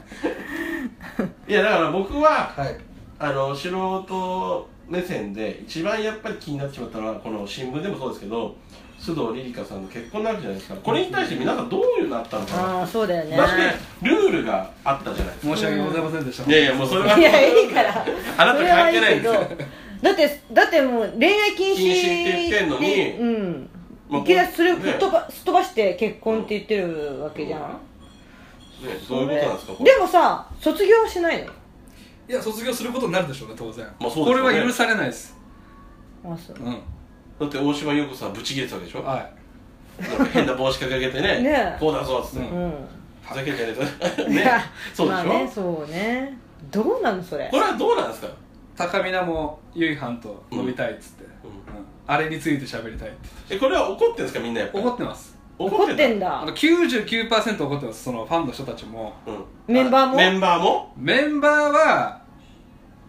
Speaker 3: いやだから僕は
Speaker 2: はい
Speaker 3: あの素人目線で一番やっぱり気になってしまったのはこの新聞でもそうですけど須藤リリカさんの結婚なわけじゃないですかこれに対して皆さんどういうのあったのか
Speaker 1: ああそうだよ
Speaker 3: な
Speaker 1: ね
Speaker 3: ましてルールがあったじゃないですか
Speaker 2: 申し訳ございませんでした、
Speaker 3: いやいやもうそれはい
Speaker 1: やいいから
Speaker 3: あなた
Speaker 1: それはいいけど
Speaker 3: 関係ない
Speaker 1: だってだってもう恋愛禁止
Speaker 3: 禁止って言ってんのに
Speaker 1: うん
Speaker 3: まあ
Speaker 1: いきなりそれを
Speaker 3: ね
Speaker 1: 吹っ飛ばすっ飛ばして結婚って言ってるわけじゃん
Speaker 3: ねそういうことなんですかこれ
Speaker 1: でもさ卒業はしない
Speaker 2: いや卒業することになるでしょうね当然、
Speaker 3: まあそう
Speaker 2: こ
Speaker 3: です
Speaker 2: れ
Speaker 3: よね
Speaker 2: は許されないです
Speaker 1: のあそう
Speaker 2: うん
Speaker 3: だって大島優子さんぶち切れてたわけでしょなんか
Speaker 2: はい
Speaker 3: 変な帽子掲げてね
Speaker 1: ね
Speaker 3: こうだぞっつって
Speaker 2: う ん
Speaker 1: うん
Speaker 3: ふざけんじゃねえぞ
Speaker 1: い
Speaker 3: ね
Speaker 1: や
Speaker 3: そうで
Speaker 1: まあ
Speaker 3: し
Speaker 1: ね
Speaker 3: ょ
Speaker 1: そうねどうなのそれ
Speaker 3: これはどうなんですか
Speaker 2: 高見菜もゆいはんと飲みたいっつって、
Speaker 3: うん
Speaker 2: うんあれについて喋りたいって
Speaker 3: えこれは怒ってるんですかみんなやっぱり
Speaker 2: 怒ってます
Speaker 1: 怒ってん
Speaker 3: だ
Speaker 2: あ
Speaker 1: だ
Speaker 2: の99%怒ってますそのファンの人たちも
Speaker 3: うん
Speaker 1: メンバーも
Speaker 3: メンバーも
Speaker 2: メンバーは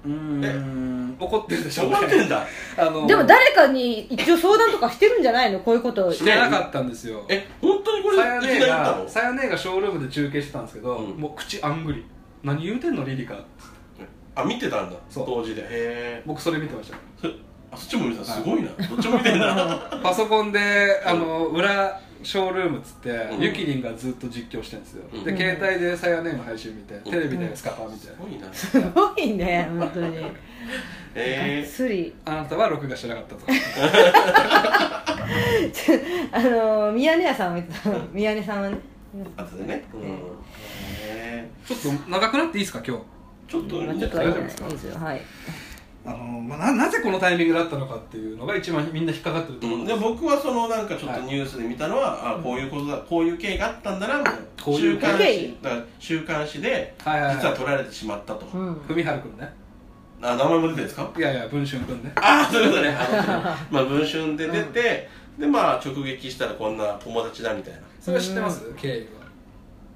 Speaker 2: うーん怒ってるでしょうね
Speaker 3: 怒ってんだ
Speaker 2: あの
Speaker 1: でも誰かに一応相談とかしてるんじゃないのこういうことを
Speaker 2: してなかったんですよ
Speaker 3: え本当にこれいき
Speaker 2: さ
Speaker 3: な
Speaker 2: や
Speaker 3: り
Speaker 2: 姉
Speaker 3: 言った
Speaker 2: が
Speaker 3: の
Speaker 2: さや姉がショールームで中継してたんですけど、
Speaker 3: うん
Speaker 2: もう口あんぐり何言うてんのリリカ
Speaker 3: あ見てたんだ
Speaker 2: そう
Speaker 3: 当時でへえ
Speaker 2: 僕それ見てました
Speaker 3: あそっちも見てたすごいなどっちも見てん だ
Speaker 2: パソコンであの裏ショールームっつって、
Speaker 3: うん
Speaker 2: ゆきりんがずっと実況してるんですよ、
Speaker 3: うん
Speaker 2: で携帯でさやねんの配信見て、
Speaker 3: ん
Speaker 2: テレビでスカパー見て、
Speaker 3: すごいな
Speaker 1: すごいね本当にがっ
Speaker 3: え
Speaker 1: つり
Speaker 2: あなたは録画してなかったとか
Speaker 1: ちょ あの宮根屋さんも言ってた宮根さんはね
Speaker 3: ーあとでねうんへ
Speaker 2: ちょっと長くなっていいですか今日
Speaker 3: ーちょっといい
Speaker 1: まあち
Speaker 3: んじ
Speaker 1: ょ
Speaker 3: ゃ
Speaker 1: っとはいい
Speaker 3: ない
Speaker 1: ん
Speaker 3: で
Speaker 1: じゃないいい
Speaker 3: すか
Speaker 1: ですよはい
Speaker 2: あの、まあ、ななぜこのタイミングだったのかっていうのが一番みんな引っかかってると思う
Speaker 3: うんん
Speaker 2: で、
Speaker 3: です僕はそのなんかちょっとニュースで見たのは、あこういうことだこういう経緯があったんだなみたいな
Speaker 2: こういう
Speaker 3: 週刊
Speaker 1: 経
Speaker 3: 誌
Speaker 1: 緯
Speaker 3: だから週刊誌で
Speaker 2: はいはいはい
Speaker 3: 実は取られてしまったと、
Speaker 1: うん
Speaker 2: 文春くんね
Speaker 3: あ名前も出てるんですか
Speaker 2: いやいや文春くんね
Speaker 3: ああそういうことねあ のまあ文春で出て、でまあ直撃したらこんな友達だみたいな
Speaker 2: それは知ってます、経緯は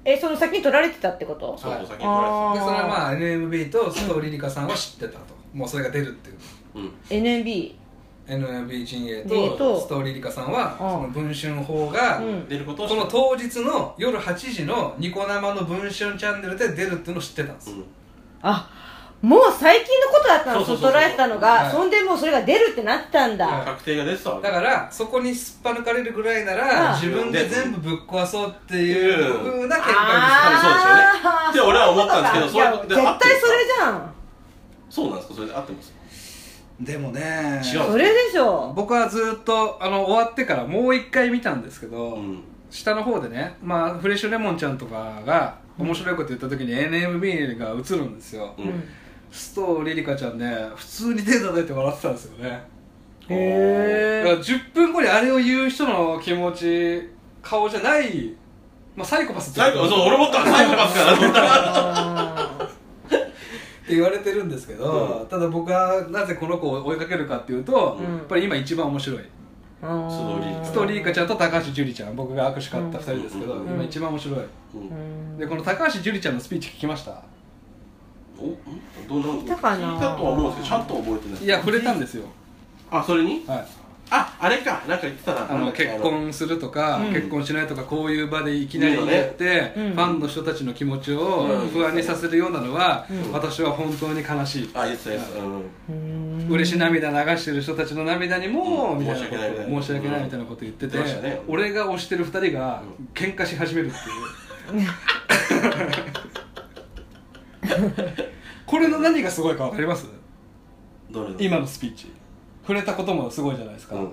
Speaker 1: えその先に取られてたってこと
Speaker 3: そう
Speaker 2: はい
Speaker 3: お酒取ら
Speaker 1: あ
Speaker 2: でそれは
Speaker 1: あ
Speaker 2: まあ NMB と須藤リリカさんは知ってたともうそれが出るっていう
Speaker 3: れてうん
Speaker 1: NMB
Speaker 2: NMB 陣営と
Speaker 1: 陣営と
Speaker 2: 須藤リリカさんは
Speaker 1: ん
Speaker 2: その文春法が、
Speaker 1: うん
Speaker 3: 出ることを知
Speaker 2: こ
Speaker 3: った
Speaker 2: の当日の夜8時のニコ生の文春チャンネルで出るっていうのを知ってたんです、
Speaker 3: うん
Speaker 1: あもう最近のことだったの
Speaker 3: そ
Speaker 1: そうう
Speaker 3: そうそうそう
Speaker 1: 捉えてたの
Speaker 2: は
Speaker 1: が
Speaker 2: い
Speaker 1: そんでもうそれが出るってなったん
Speaker 2: は
Speaker 1: だ
Speaker 3: 確定が出てたわけ
Speaker 2: だからそこにすっぱ抜かれるぐらいなら
Speaker 1: ああ
Speaker 2: 自分で全部ぶっ壊そうっていうふうな見
Speaker 3: あ
Speaker 2: 解
Speaker 3: 多分そうですよねで俺は思ったんですけど
Speaker 1: そういう
Speaker 3: そ
Speaker 1: こ
Speaker 3: れ
Speaker 1: と
Speaker 3: で
Speaker 1: か
Speaker 3: 合っ
Speaker 1: 絶
Speaker 3: てる
Speaker 1: 対それじゃん
Speaker 3: そうなんですかそれで合ってます
Speaker 2: ですでもね
Speaker 3: 違う
Speaker 1: それでしょ
Speaker 2: 僕はずっとあの終わってからもう一回見たんですけど、
Speaker 3: うん
Speaker 2: 下の方でね、まあ、フレッシュレモンちゃんとかが面白いこと言った時に NMB が映るんですよ、
Speaker 3: う
Speaker 1: うん
Speaker 3: ん
Speaker 2: 須藤リリカちゃんね普通に手叩いて笑ってたんですよねだ
Speaker 1: へ
Speaker 2: から
Speaker 1: え
Speaker 2: 10分後にあれを言う人の気持ち顔じゃない、まあ、サイコパスって
Speaker 3: 最後そう俺思った最後パスかなと思った
Speaker 2: って言われてるんですけど、
Speaker 3: う
Speaker 2: ただ僕はなぜこの子を追いかけるかっていうと、
Speaker 1: うん
Speaker 2: やっぱり今一番面白い
Speaker 3: ーリー
Speaker 2: 須藤リリカちゃんと高橋樹里ちゃん僕が握手買った2人ですけど、
Speaker 3: うん
Speaker 2: 今一番面白い
Speaker 3: うん
Speaker 2: でこの高橋樹里ちゃんのスピーチ聞きました
Speaker 3: おんどんな聞
Speaker 1: いたかな
Speaker 3: 聞いたとは思うんですけどちゃんと覚えてない
Speaker 2: いや触れたんですよ、
Speaker 3: あそれに
Speaker 2: はい、
Speaker 3: ああれかなんか言ってたな
Speaker 2: あの結婚するとか、
Speaker 1: うん
Speaker 2: 結婚しないとかこういう場でいきなり言って、
Speaker 1: うん
Speaker 2: ファンの人たちの気持ちを
Speaker 3: うん
Speaker 2: 不安にさせるようなのは、
Speaker 3: うん
Speaker 2: 私は本当に悲しい、
Speaker 3: あ言ってたやつうん
Speaker 2: 嬉し涙流してる人たちの涙にも、
Speaker 3: うん
Speaker 2: みたいなこと
Speaker 3: 申
Speaker 2: 申
Speaker 3: し
Speaker 2: し
Speaker 3: 訳
Speaker 2: 訳
Speaker 3: な
Speaker 2: ないい
Speaker 3: み
Speaker 2: みた
Speaker 3: たい
Speaker 2: い
Speaker 3: な
Speaker 2: な
Speaker 3: こ
Speaker 2: ことと
Speaker 3: 言
Speaker 2: 言っ
Speaker 3: っ
Speaker 2: てて
Speaker 3: て
Speaker 2: て、
Speaker 3: ましたね
Speaker 2: 俺が推してる2人が喧嘩し始めるっていう、これの何がすごいか分かります
Speaker 3: どれだ
Speaker 2: 今のスピーチ触れたこともすごいじゃないですか、
Speaker 3: うん、
Speaker 1: う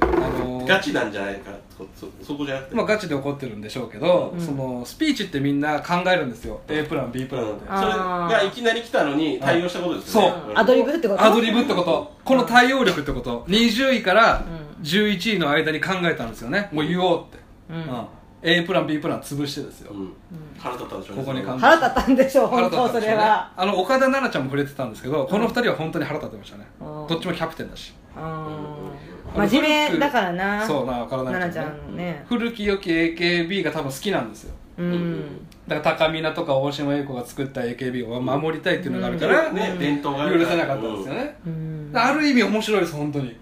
Speaker 2: あのー
Speaker 3: ガチなんじゃないかそそそこじゃなくて、
Speaker 2: まあ、ガチで怒ってるんでしょうけど、
Speaker 1: うん
Speaker 2: そのスピーチってみんな考えるんですよ A プラン B プランで、
Speaker 1: あ
Speaker 3: それがいきなり来たのに対応したことですよね、
Speaker 2: そうん
Speaker 1: アドリブってこと
Speaker 2: アドリブってことこの対応力ってこと20位から
Speaker 1: う
Speaker 2: 11位の間に考えたんですよねもう言おうって、
Speaker 1: うん
Speaker 2: うん A プラン B プラン潰してですよ、
Speaker 3: うん腹立ったでしょうね
Speaker 2: ここに関
Speaker 1: 腹立ったんでしょう
Speaker 2: 腹
Speaker 1: 本
Speaker 2: 立った
Speaker 1: 当
Speaker 2: んで
Speaker 1: そ
Speaker 2: す
Speaker 1: れ
Speaker 2: よね
Speaker 1: は
Speaker 2: あの岡田奈々ちゃんも触れてたんですけど、この2人は本当に腹立ってましたね、
Speaker 1: うん
Speaker 2: どっちもキャプテンだし
Speaker 1: うん真面目だからな
Speaker 2: そうな岡田
Speaker 1: 奈々
Speaker 2: 奈
Speaker 1: ちゃ
Speaker 2: 々ちゃんね
Speaker 1: んね
Speaker 2: 古き良き AKB が多分好きなんですよ
Speaker 1: うん
Speaker 2: だから高見菜とか大島優子が作った AKB を守りたいっていうのがあるから、
Speaker 3: ね、伝統がある
Speaker 2: 許せなかったんですよね、
Speaker 1: うん
Speaker 2: ある意味面白いです本当に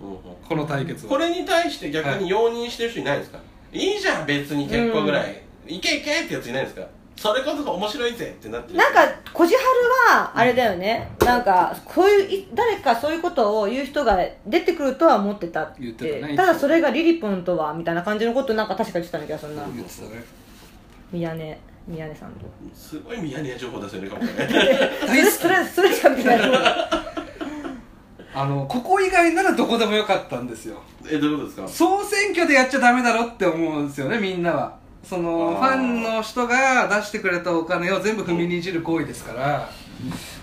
Speaker 3: うんうんうん
Speaker 2: この対決は
Speaker 3: これに対して逆に容認してる人いないんですか、い、いじゃん別に結構ぐらい、いけいけってやついないんですかそれこそ面白いぜってなってる
Speaker 1: なんかこじはるはあれだよねなんかこういうい誰かそういうことを言う人が出てくるとは思ってたって
Speaker 2: 言ってたね
Speaker 1: ただそれがリリポンとはみたいな感じのことなんか確か言ってたんだけどそんな
Speaker 2: 言ってたね
Speaker 1: 宮根宮根さんと
Speaker 3: すごいミヤネ屋情報出すよねかもね
Speaker 1: それそれそれしか見てない
Speaker 2: あのここ以外ならどこでもよかったんですよ
Speaker 3: えどういうことですか
Speaker 2: 総選挙でやっちゃダメだろって思うんですよねみんなはそのフ
Speaker 3: あー
Speaker 2: ァンの人が出してくれたお金を全部踏みにじる行為ですから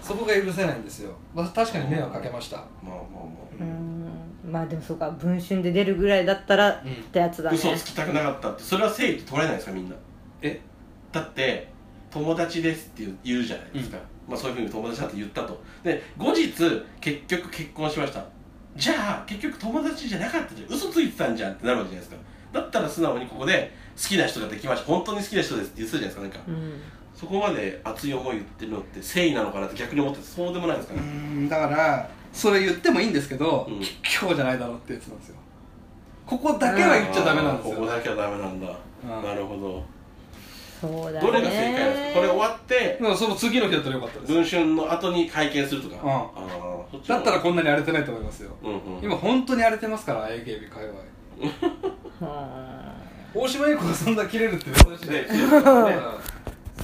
Speaker 2: そこが許せないんですよ、まあ、確かに迷惑かけました
Speaker 3: まあまあ
Speaker 1: う
Speaker 3: ま
Speaker 1: んまあでもそうか文春で出るぐらいだったら
Speaker 2: うん
Speaker 1: ってやつだ
Speaker 3: あ、
Speaker 1: ね
Speaker 3: 嘘をつきたくなかったってそれは正義取れないですかみんな
Speaker 2: え
Speaker 3: だって友達ですって言う言うじゃないですか、まあ、そういうふうに友達だって言ったとで後日結局結婚しましたじゃあ結局友達じゃなかったじゃん嘘ついてたんじゃんってなるわけじゃないですかだったら素直にここで好きな人ができました本当に好きな人ですって言ってたじゃないですかなんか、
Speaker 1: うん
Speaker 3: そこまで熱い思い言ってるのって誠意なのかなって逆に思ってたそうでもないですか
Speaker 2: うー
Speaker 3: ね、
Speaker 2: んだからそれ言ってもいいんですけど、
Speaker 3: うん
Speaker 2: 今日じゃないだろうってやつなんですよここだけは言っちゃダメなんです
Speaker 3: あーここ
Speaker 2: よ
Speaker 3: だけはダメなんだ、
Speaker 2: うん
Speaker 3: なるほど
Speaker 1: そうだね
Speaker 3: どれが正解なんですかこれ終わって
Speaker 2: でもその次の日だったらよかったです
Speaker 3: 文春の後に会見するとか、
Speaker 2: うん
Speaker 3: あーそちの
Speaker 2: だったらこんなに荒れてないと思いますよ
Speaker 3: うんうん
Speaker 2: 今本当に荒れてますから AKB 界隈
Speaker 1: うん
Speaker 2: 大島優子がそんな切れるって珍しいね
Speaker 3: ねね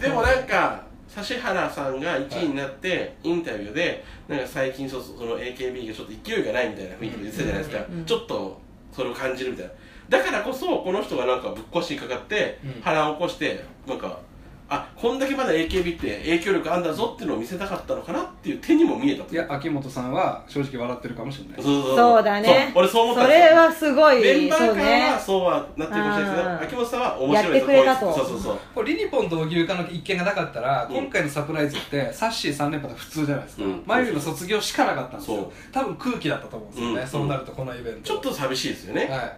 Speaker 3: でもなんか指原さんが1位になってインタビューでなんか最近そうそうその AKB がちょっと勢いがないみたいな雰囲気で言ってたじゃないですか、
Speaker 1: うん
Speaker 3: ちょっとそれを感じるみたいなだからこそこの人がなんかぶっ壊しにかかって
Speaker 2: うん
Speaker 3: 腹を起こしてなんかあこんだけまだ AKB って影響力あんだぞっていうのを見せたかったのかなっていう手にも見えたと
Speaker 2: いや秋元さんは正直笑ってるかもしれない
Speaker 3: そうそう
Speaker 1: そうだね
Speaker 3: そう俺そう思ったん
Speaker 1: そ
Speaker 3: ですよ
Speaker 1: れはすごい
Speaker 3: メンバー
Speaker 1: そう
Speaker 3: から
Speaker 1: ね
Speaker 3: はそうはなってるかもしれないですけ
Speaker 1: あ
Speaker 3: ど
Speaker 1: ー
Speaker 3: 秋元さんは面白いです
Speaker 1: やってくれたと
Speaker 3: そうそうそう
Speaker 2: これリニポンと荻生家の一件がなかったら、
Speaker 3: うん
Speaker 2: 今回のサプライズってサッシー3連覇って普通じゃないですか、
Speaker 3: うん
Speaker 2: マユリの卒業しかなかったんです
Speaker 3: そう
Speaker 2: よ多分空気だったと思うんですよね、
Speaker 3: うん
Speaker 2: そうなるとこのイベント
Speaker 3: ちょっと寂しいですよね、
Speaker 2: はい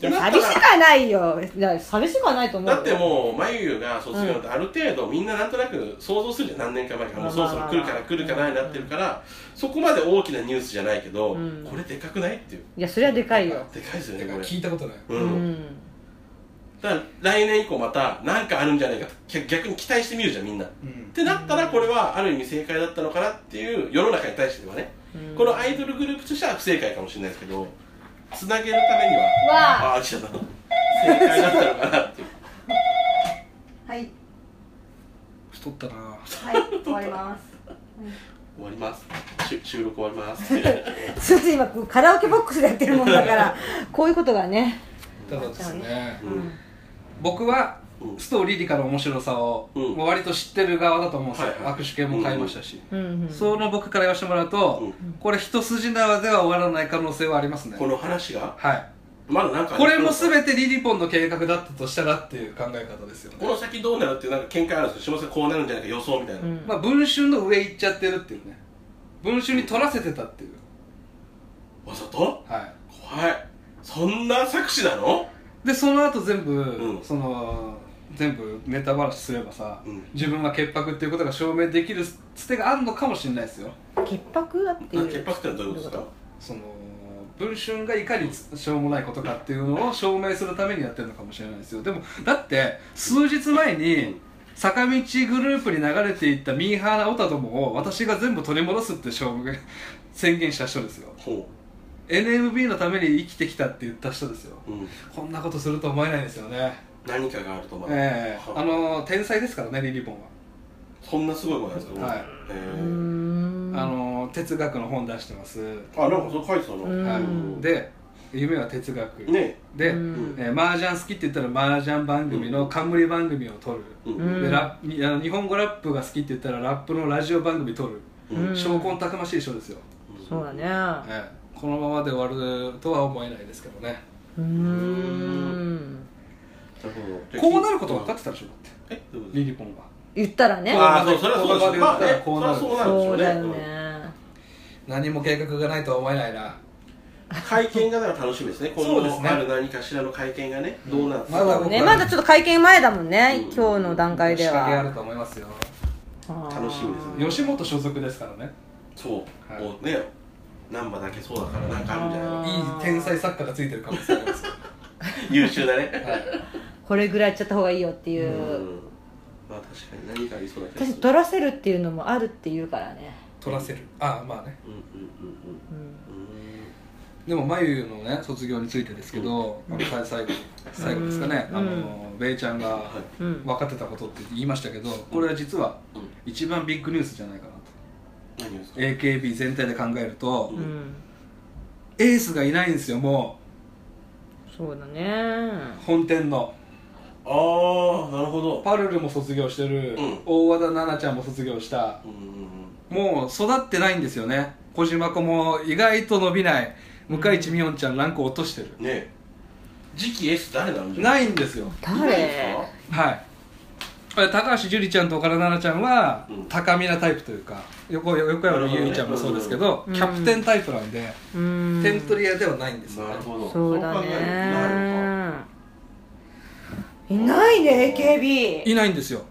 Speaker 1: いや寂しくはないよいや寂しくはないと思うよ
Speaker 3: だってもう眉毛が卒業ってある程度みんななんとなく想像するじゃん何年か前からもうそろそろ来るから来るからになってるからそこまで大きなニュースじゃないけど
Speaker 1: うん
Speaker 3: これでかくないっていう
Speaker 1: いやそれはでかいよ
Speaker 3: でかいですよ
Speaker 2: だ
Speaker 3: ね
Speaker 2: か
Speaker 3: こ
Speaker 2: ら聞いたことない
Speaker 3: れ
Speaker 1: う
Speaker 3: うん
Speaker 1: ん
Speaker 3: だから来年以降また何かあるんじゃないかと逆逆に期待してみるじゃんみんなっ
Speaker 2: うん
Speaker 3: てなったらこれはある意味正解だったのかなっていう世の中に対してはね
Speaker 1: うん
Speaker 3: このアイドルグループとしては不正解かもしれないですけどつなげるためには
Speaker 1: わ
Speaker 3: ああ来ちゃった正解だったのかなっていう
Speaker 1: はい
Speaker 2: 太ったな
Speaker 1: はい終わります
Speaker 3: 終わりますし収録終わりますって
Speaker 1: すいません今こうカラオケボックスでやってるもんだからこういうことがね
Speaker 2: ただですね
Speaker 3: うん
Speaker 2: 僕は
Speaker 3: うん
Speaker 2: ストーリリカの面白さを、
Speaker 3: うん
Speaker 2: もう割と知ってる側だと思うんですよ、
Speaker 3: はいはい
Speaker 2: 握手券も買いましたし、
Speaker 1: うんうん
Speaker 2: その僕から言わせてもらうと、
Speaker 3: う
Speaker 2: これ一筋縄では終わらない可能性はありますね
Speaker 3: この話が
Speaker 2: はい
Speaker 3: まだなんか
Speaker 2: これも全てリリポンの計画だったとしたらっていう考え方ですよ
Speaker 3: こ
Speaker 2: ね
Speaker 3: の先どうなるっていうなんか見解あるんですよ下関こうなるんじゃないか予想みたいな、
Speaker 1: うん
Speaker 2: まあ文春の上行っちゃってるっていうね文春に取らせてたっていう
Speaker 3: わざと
Speaker 2: はい
Speaker 3: 怖いそんな作詞なの
Speaker 2: でその後全部、
Speaker 3: ん
Speaker 2: その全部ネタ話すればさ、
Speaker 3: うん
Speaker 2: 自分は潔白っていうことが証明できるつてがあるのかもしれないですよ
Speaker 1: 潔白だっていう
Speaker 3: 潔白ってのはどういうことですか
Speaker 2: その文春がいかにつしょうもないことかっていうのを証明するためにやってるのかもしれないですよでもだって数日前
Speaker 3: う
Speaker 2: に
Speaker 3: ん
Speaker 2: 坂道グループに流れていったミーハーなオタどもを私が全部取り戻すって証明宣言した人ですよ
Speaker 3: ほ
Speaker 2: NMB のために生きてきたって言った人ですよ
Speaker 3: う、うん、
Speaker 2: こんなことすると思えないですよね
Speaker 3: 何かがあると思う、
Speaker 2: ええ
Speaker 3: は
Speaker 2: あの天才ですからねリリボンは
Speaker 3: そんなすごい子なんですか
Speaker 2: はい
Speaker 3: へ
Speaker 1: うー
Speaker 3: ー
Speaker 1: ん
Speaker 2: あの哲学の本出してます、
Speaker 3: あなんかそう書いてたの、
Speaker 1: うん
Speaker 2: はい、で夢は哲学、
Speaker 3: ね
Speaker 2: で、
Speaker 1: うん
Speaker 2: えー、麻雀好きって言ったら麻雀番組の冠番組を撮る、
Speaker 3: うん
Speaker 1: うん
Speaker 2: でラにあの日本語ラップが好きって言ったらラップのラジオ番組撮る、
Speaker 1: うん
Speaker 2: 証拠のたくましい人ですよ、
Speaker 1: そうだね
Speaker 2: ええこのままで終わるとは思えないですけどね
Speaker 1: うーん
Speaker 3: なるほど
Speaker 2: こうなること分かってたでしょだって
Speaker 3: えどういうこと
Speaker 2: リリポンは
Speaker 1: 言ったらね
Speaker 3: ああそうそれはそう
Speaker 2: こう
Speaker 3: です
Speaker 2: いう
Speaker 3: よまあね
Speaker 2: こうなる
Speaker 3: それは
Speaker 1: そ
Speaker 3: そううな
Speaker 1: だよ
Speaker 3: んでしょうね
Speaker 1: ね
Speaker 2: 何も計画がないとは思えないな
Speaker 3: うん会見がだから楽しみですね今
Speaker 2: そう
Speaker 3: 後
Speaker 2: ですね
Speaker 3: ある何かしらの会見がねどうなって
Speaker 2: まだ僕
Speaker 1: ねまだちょっと会見前だもんね
Speaker 3: うん
Speaker 1: 今日の段階で
Speaker 2: 仕掛けあ
Speaker 1: は
Speaker 2: ると思いますよ
Speaker 3: 楽しみです
Speaker 2: 吉
Speaker 3: ね
Speaker 2: 本所属ですからね
Speaker 3: そう、
Speaker 2: はい
Speaker 3: もうね難波だけそうだからなんかあるんじゃない
Speaker 1: あ
Speaker 3: の
Speaker 1: ー
Speaker 2: いい天才作家がついてる可能性ありますよ
Speaker 3: 優秀だね
Speaker 2: はい
Speaker 1: これぐらいやっちゃった方がいいよっていううん
Speaker 3: まあ確かに何かありそうな気が
Speaker 1: 私
Speaker 3: する
Speaker 1: 取らせるっていうのもあるっていうからね
Speaker 2: 取らせるああまあね
Speaker 3: うんうんうん
Speaker 1: うん
Speaker 3: うんうん
Speaker 2: でも眉のね卒業についてですけど、あのさ最後最後ですかね、
Speaker 1: うん
Speaker 2: あのベイちゃんが
Speaker 3: はい
Speaker 1: うん
Speaker 2: 分かってたことって言いましたけどこれは実は
Speaker 3: うん
Speaker 2: 一番ビッグニュースじゃないかなと
Speaker 3: 何をですか
Speaker 2: AKB 全体で考えると、
Speaker 3: う
Speaker 1: う
Speaker 3: ん
Speaker 1: ん
Speaker 2: エースがいないんですよも
Speaker 1: そうだね
Speaker 2: う本店の
Speaker 3: ああなるほど
Speaker 2: パルルも卒業してる、
Speaker 3: うん
Speaker 2: 大和田奈々ちゃんも卒業した
Speaker 3: うんうん
Speaker 2: もう育ってないんですよね小島子も意外と伸びない向井地美音ちゃんランク落としてる
Speaker 3: うんねえ次期エース誰なんじゃ
Speaker 2: ないんですよ
Speaker 1: 誰
Speaker 2: はい高橋樹里ちゃんと岡田奈々ちゃんは
Speaker 3: うん
Speaker 2: 高みなタイプというか横横山由里ちゃんもそうですけど、
Speaker 1: うん
Speaker 2: キャプテンタイプなんで、
Speaker 1: うん
Speaker 2: 点取り屋ではないんですよね
Speaker 3: なるほど
Speaker 1: そうだ
Speaker 3: 考えるとなるほど
Speaker 1: ねいないね AKB
Speaker 2: いないんですよ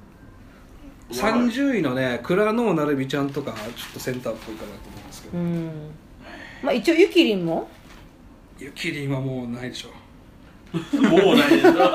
Speaker 2: 30位のね倉野成美ちゃんとかちょっとセンターっぽいかなと思うんですけ
Speaker 1: う
Speaker 2: ど、
Speaker 1: んまあ一応ゆきりんも
Speaker 2: ゆきりんはもうないでしょ
Speaker 3: もうないですな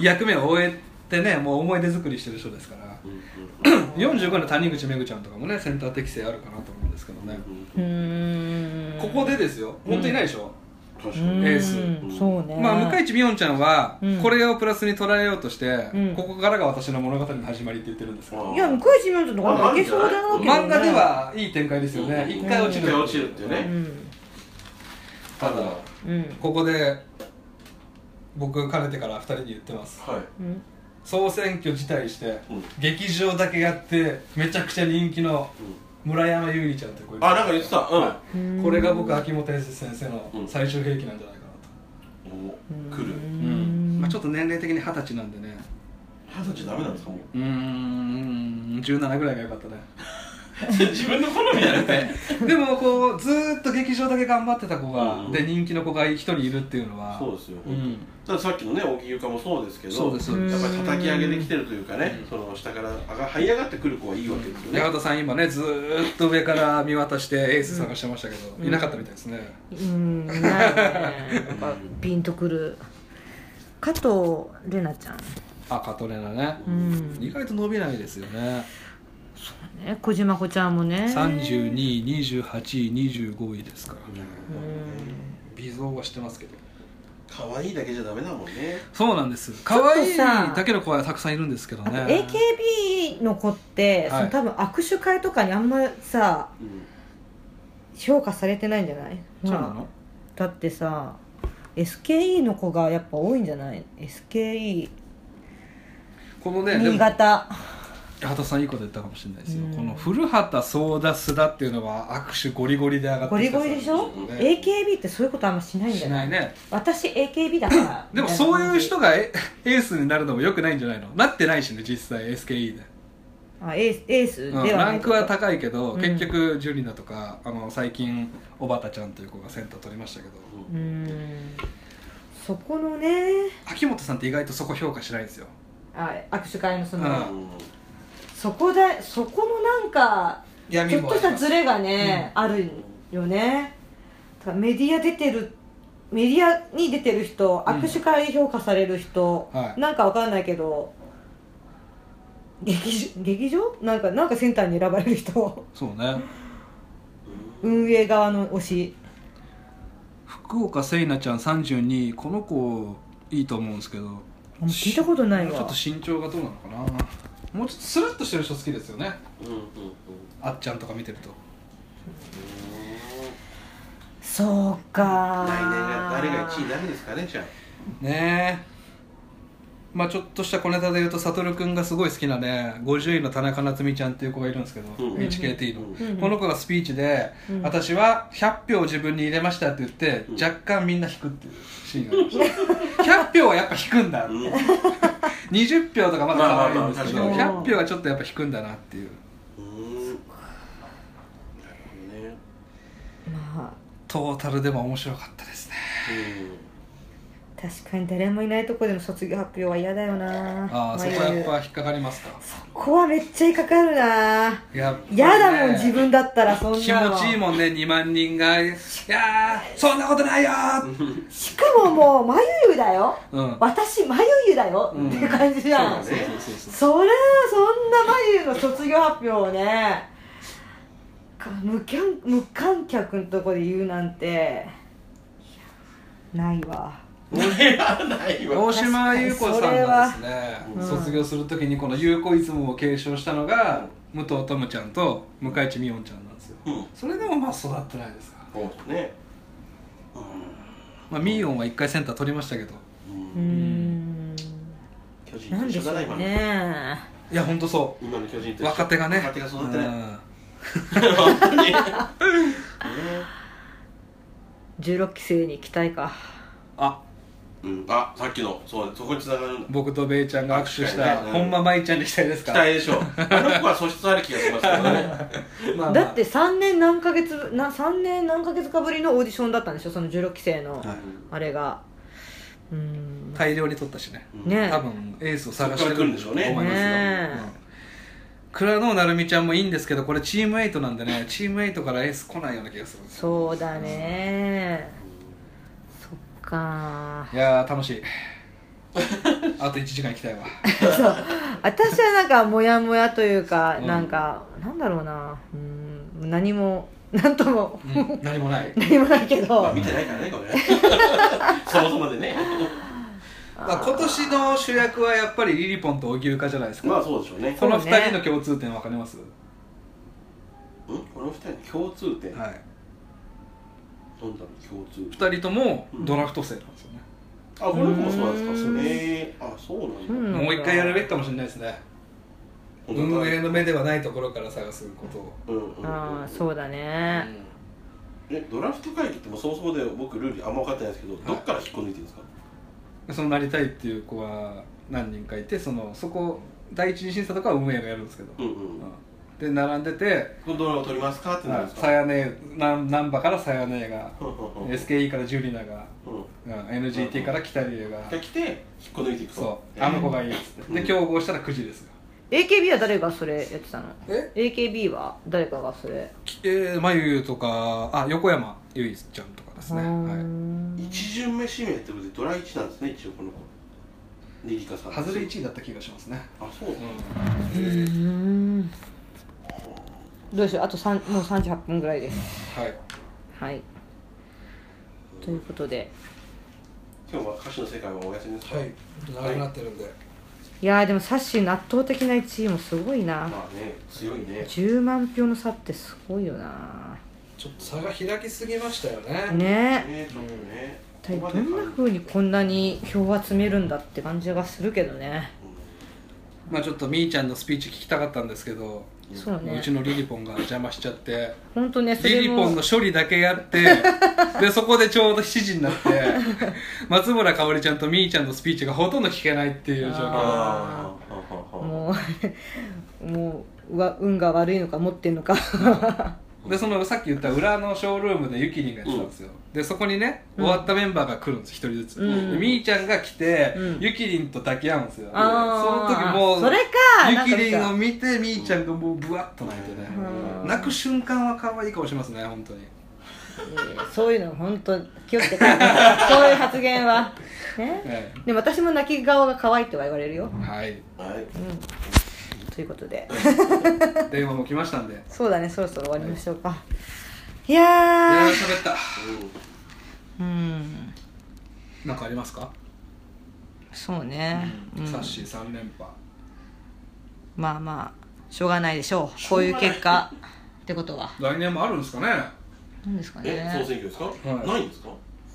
Speaker 2: 役目を終えてねもう思い出作りしてる人ですから
Speaker 3: うんうん
Speaker 2: 45の谷口めぐちゃんとかもねセンター適性あるかなと思うんですけどね、
Speaker 3: うん
Speaker 1: うん
Speaker 2: ここでですよ本当にいないでしょ、
Speaker 3: 確か
Speaker 1: うん
Speaker 3: に
Speaker 2: エース
Speaker 1: そうね
Speaker 2: まあ、向井地美音ちゃんは
Speaker 1: うん
Speaker 2: これをプラスに捉えようとして、
Speaker 1: うん
Speaker 2: ここからが私の物語の始まりって言ってるんですけど、
Speaker 3: あ
Speaker 1: いや向井地美音ちゃんとかもいけそうだなけどね
Speaker 2: 漫画ではいい展開ですよね、
Speaker 3: うん
Speaker 2: 一回落ちる
Speaker 3: 一回落ちるっていう
Speaker 1: う
Speaker 3: ね
Speaker 1: ん
Speaker 2: ただ
Speaker 1: うん
Speaker 2: ここで僕かねてから2人に言ってます
Speaker 3: はい
Speaker 1: うん
Speaker 2: 総選挙辞退して、
Speaker 3: うん
Speaker 2: 劇場だけやってめちゃくちゃ人気の村山優里ちゃんってこ
Speaker 3: あなんか言ってたうん
Speaker 2: これが僕秋元康先生の
Speaker 3: うん
Speaker 2: 最終兵器なんじゃないかな
Speaker 3: お
Speaker 1: うん
Speaker 3: 来る
Speaker 2: と、まあ、ちょっと年齢的に二十歳なんでね
Speaker 3: 二十歳ダメなんです かもう
Speaker 2: うーん17ぐらいが良かったね
Speaker 3: 自分の好みじゃなくて
Speaker 2: でもこうずーっと劇場だけ頑張ってた子が、
Speaker 3: うん
Speaker 2: で人気の子が一人いるっていうのは
Speaker 3: そうですよ
Speaker 2: うん
Speaker 3: たださっきのね荻ゆかもそうですけど
Speaker 2: そうですそうです
Speaker 3: やっぱり叩き上げできてるというかね
Speaker 2: うん
Speaker 3: その下から上が這い上がってくる子はいいわけですよね
Speaker 2: 八幡さん今ねずーっと上から見渡してエース探してましたけど、
Speaker 1: うん
Speaker 2: いなかったみたいですね、
Speaker 1: うんないねやっぱピンとくる加藤玲奈ちゃん
Speaker 2: あカトレナね、
Speaker 1: うん
Speaker 2: 意外と伸びないですよね
Speaker 1: ね小島子ちゃんもね
Speaker 2: 32位28位25位ですから、
Speaker 1: うん
Speaker 2: 微増はしてますけど
Speaker 3: 可愛いだけじゃダメだもんね
Speaker 2: そうなんです
Speaker 1: ょっと
Speaker 2: 可
Speaker 1: さ
Speaker 2: 愛いだけの子はたくさんいるんですけど
Speaker 1: あと
Speaker 2: ね
Speaker 1: AKB の子って、
Speaker 2: はい
Speaker 1: その多分握手会とかにあんまさ評価されてないんじゃない
Speaker 2: そうな
Speaker 1: ほら
Speaker 2: の
Speaker 1: だってさ SKE の子がやっぱ多いんじゃない SKE
Speaker 2: このねで
Speaker 1: 新
Speaker 2: も
Speaker 1: 潟
Speaker 2: 八幡さんいいこと言ったかもしれないですよ、
Speaker 1: うん
Speaker 2: この古畑ソーダスダっていうのは握手ゴリゴリで上がって
Speaker 1: ゴリ
Speaker 2: きた
Speaker 1: ゴリでしょ、
Speaker 3: そうね
Speaker 1: AKB ってそういうことあんましないんじ
Speaker 2: し
Speaker 1: ゃ
Speaker 2: な
Speaker 1: ないい
Speaker 2: ね
Speaker 1: 私 AKB だから
Speaker 2: で
Speaker 1: みたいな
Speaker 2: もそう
Speaker 1: 感じ
Speaker 2: いう人がエエースになるのもよくないんじゃないのなってないしね実際 SKE で、
Speaker 1: あエースエースで
Speaker 2: う
Speaker 1: は
Speaker 2: ん
Speaker 1: ない、
Speaker 2: ランクは高いけど、
Speaker 1: うん
Speaker 2: 結局ジュリナとかあの最近小畑ちゃんという子がセンター取りましたけど
Speaker 1: うーんそこのね
Speaker 2: 秋元さんって意外とそこ評価しないんですよ
Speaker 1: あ握手会のその、
Speaker 2: うん
Speaker 1: そこだそこのなんかち
Speaker 2: 闇
Speaker 1: ょっ
Speaker 2: もあ
Speaker 1: と
Speaker 2: り
Speaker 1: した
Speaker 2: ます
Speaker 1: ズレがね、あるよねだからメディア出てるメディアに出てる人
Speaker 2: うん
Speaker 1: 握手会で評価される人、
Speaker 2: はい
Speaker 1: なんかわかんないけど劇場劇場なんかなんかセンターに選ばれる 人
Speaker 2: そうね
Speaker 1: 運営側の推し
Speaker 2: 福岡せいなちゃん32位この子いいと思うんですけど
Speaker 1: 聞いたことないわ
Speaker 2: ちょっと身長がどうなのかなもうちょっとスラッとしてる人好きですよね
Speaker 3: うんうんうん
Speaker 2: あっちゃんとか見てると
Speaker 1: そうか
Speaker 3: 来年が誰が1位になるんですかねじゃあ
Speaker 2: ねえまあちょっとした小ネタで言うと悟君がすごい好きなね50位の田中夏実ちゃんっていう子がいるんですけど、
Speaker 3: うん
Speaker 2: HKT の、
Speaker 1: うん
Speaker 2: この子がスピーチで、
Speaker 1: うん
Speaker 2: 私は100票自分に入れましたって言って、
Speaker 3: うん
Speaker 2: 若干みんな引くっていうシーンがありました100票はやっぱ引くんだ、
Speaker 3: うん
Speaker 2: 20票とかまだ可愛いんですけど、
Speaker 1: まあまあまあ確かに
Speaker 2: 100票はちょっとやっぱ引くんだなっていう
Speaker 3: うんなるほどね
Speaker 1: ま
Speaker 2: トータルでも面白かったですね
Speaker 1: あ確かに誰もいないとこでの卒業発表は嫌だよな
Speaker 2: ああそこはやっぱ引っかかりますか
Speaker 1: ここはめっちゃ引っかかるな
Speaker 2: やっぱりね
Speaker 1: 嫌だもん自分だったらそんなの
Speaker 2: 気持ちいいもんね2万人が「いやーそんなことないよー」
Speaker 3: うん
Speaker 1: しかももうまゆゆだよ
Speaker 2: うん
Speaker 1: 私まゆゆだよ、
Speaker 2: うん
Speaker 1: っていう感じじゃん
Speaker 3: そう
Speaker 1: そ,、
Speaker 3: だね
Speaker 2: そうそ
Speaker 1: りゃそんなまゆゆの卒業発表をねか無観無観客のとこで言うなんていやないわ
Speaker 3: いやないわ
Speaker 2: 大島優子さんがですね
Speaker 3: それ
Speaker 1: は
Speaker 2: 卒業するときにこの優子イズムを継承したのが武藤友ちゃんと向井地美音ちゃんなんですよ
Speaker 3: うん
Speaker 2: それでもまあ育ってないですから
Speaker 3: そうだね
Speaker 2: まあミーオンは1回センター取りましたけど
Speaker 3: うん
Speaker 1: うーん
Speaker 3: 巨人
Speaker 1: なん
Speaker 3: と
Speaker 1: で
Speaker 3: 一
Speaker 1: し
Speaker 3: 緒
Speaker 1: ょ
Speaker 3: だな
Speaker 1: う
Speaker 3: 今の
Speaker 1: ね
Speaker 2: いやほんとそ
Speaker 3: 今の巨人と
Speaker 2: う
Speaker 3: 一緒
Speaker 2: 若手がね
Speaker 3: 若手が育ってない
Speaker 2: うん
Speaker 3: 本当にね
Speaker 1: 16期生に期待か
Speaker 2: あ
Speaker 3: うんあさっきのそうそこに繋がるんだ
Speaker 2: 僕とベイちゃんが握手した
Speaker 3: うん
Speaker 2: 本間舞ちゃんにしたいです
Speaker 3: 期
Speaker 2: か
Speaker 3: 待でしょうあの子は素質ある気がしますけどね
Speaker 2: まあまあ
Speaker 1: だって3年何ヶ月な3年何ヶ月かぶりのオーディションだったんでしょその16期生の、
Speaker 2: はい
Speaker 1: あれがうーん
Speaker 2: 大量に取ったしね
Speaker 3: うん
Speaker 1: ね
Speaker 2: 多分エースを探してると思いますよ
Speaker 1: ねえ
Speaker 2: うん倉野成美ちゃんもいいんですけどこれチームエイトなんでねチームエイトからエース来ないような気がするんですよ
Speaker 1: そうだねそっ か
Speaker 2: いやー楽しいあと1時間行きたいわ
Speaker 1: そう私はなんかモヤモヤというか、
Speaker 2: うん
Speaker 1: なんかなんだろうなうん何も何とも
Speaker 2: うん何もない
Speaker 1: 何もないけ
Speaker 3: まあ
Speaker 1: ど
Speaker 3: 見てないからねこれそもそもでね
Speaker 2: まあ、今年の主役はやっぱりリリポンと荻生かじゃないですか、
Speaker 3: まあそうでしょうね
Speaker 2: この
Speaker 1: そうね
Speaker 2: 2人の共通点分かります、
Speaker 3: うんこの二人の共通点なんだ
Speaker 2: はい、
Speaker 3: ろう共通点
Speaker 2: 2人ともドラフト生なんですよね、
Speaker 3: あこの子もそうなんですか
Speaker 1: うん
Speaker 3: えー、あそうなんだ、
Speaker 1: うん
Speaker 2: もう一回やるべきかもしれないですね運営の目ではないところから探すことを、
Speaker 3: うんうんうん
Speaker 1: ああそうだ
Speaker 2: う
Speaker 1: ね、
Speaker 2: ん
Speaker 3: えドラフト会議ってもうそもそもで僕ルールあんま分かってないですけど、どっから引っこ抜いてるんですか
Speaker 2: そのなりたいっていう子は何人かいてそのそこ第一次審査とかは運営がやるんですけど、
Speaker 3: うんうん、
Speaker 2: うんで並んでて
Speaker 3: このドラを取りますかってなるんです
Speaker 2: さ
Speaker 3: か、
Speaker 2: やねなん難波からさやねが
Speaker 3: うんうんうん
Speaker 2: SKE からジュリナが、
Speaker 3: うん
Speaker 2: うん、NGT から北竜が
Speaker 3: が来て引っこ抜いていくと
Speaker 2: そう
Speaker 3: えー
Speaker 2: あの子がいいっつってで競合したら9時ですよ
Speaker 1: AKB は誰がそれやってたの
Speaker 2: え
Speaker 1: AKB は誰かがそれ
Speaker 2: えー、まゆゆとかあ横山ゆいちゃんとかですね、
Speaker 1: うー
Speaker 2: は
Speaker 1: ん
Speaker 3: 一巡目指名ってことでドラ1なんですね一応この子リリカさん
Speaker 2: い、外れ1位だった気がしますね、
Speaker 3: あそう、
Speaker 2: うん
Speaker 1: うーんどうしようあと3もう38分ぐらいです
Speaker 2: はい
Speaker 1: はい。ということで、
Speaker 3: 今日は歌手の世界はお休みですか
Speaker 2: はい長くなってるんで、
Speaker 1: いやーでもサッシーの圧倒的な1位もすごいな。
Speaker 3: まあね強いね
Speaker 1: 10万票の差ってすごいよな。
Speaker 2: ちょっと差が開きすぎましたよね
Speaker 1: ねえ。
Speaker 3: ねちょっとね
Speaker 1: 一体どんな風にこんなに票を集めるんだって感じがするけどね。
Speaker 2: まあちょっとみーちゃんのスピーチ聞きたかったんですけど
Speaker 1: そう
Speaker 2: う
Speaker 1: ね
Speaker 2: ち。のリリポンが邪魔しちゃって
Speaker 1: 本当ね、そ
Speaker 2: リ
Speaker 1: れ
Speaker 2: リポ
Speaker 1: も
Speaker 2: ンの。処理だけやって でそこでちょうど7時になって松村かおりちゃんとみーちゃんのスピーチがほとんど聞けないっていう状
Speaker 1: あ
Speaker 2: 況
Speaker 3: ああははは
Speaker 1: もう もううわ運が悪いのか持ってん のか
Speaker 2: でそのさっき言った裏のショールームでゆきりんがやってたんですよ、でそこにね終わったメンバーが来るんです一人ずつ、
Speaker 1: うん
Speaker 2: でみーちゃんが来て、
Speaker 1: うん
Speaker 2: ゆきりんと抱き合うんですよでそ
Speaker 1: あ
Speaker 2: の
Speaker 1: ー
Speaker 2: 時もう
Speaker 1: それかなんか
Speaker 2: ゆきりんを見てみーちゃんがもうブワッと泣いてね、
Speaker 1: うん
Speaker 2: 泣く瞬間は可愛い顔しますね本当に
Speaker 1: いやいやそういうの本当気をつけて そういう発言はね
Speaker 2: え
Speaker 1: でも私も泣き顔が可愛いとは言われるよ
Speaker 2: えはい
Speaker 3: はい
Speaker 1: うんということで
Speaker 2: 電話も来ましたん でい
Speaker 1: そうだねそろそろ終わりましょうかい
Speaker 2: やー
Speaker 1: やー
Speaker 2: 喋った
Speaker 3: う
Speaker 1: うん
Speaker 2: なんかありますか、
Speaker 1: そうね、うん
Speaker 2: サッシー3連覇
Speaker 1: まあまあしょうがないでしょうこういう結
Speaker 3: しょうが
Speaker 1: 果ってことは
Speaker 2: 来年もあるんですかね
Speaker 1: 何ですか
Speaker 3: え総
Speaker 1: ね
Speaker 3: 選挙ですか、
Speaker 2: はい
Speaker 3: ないんですか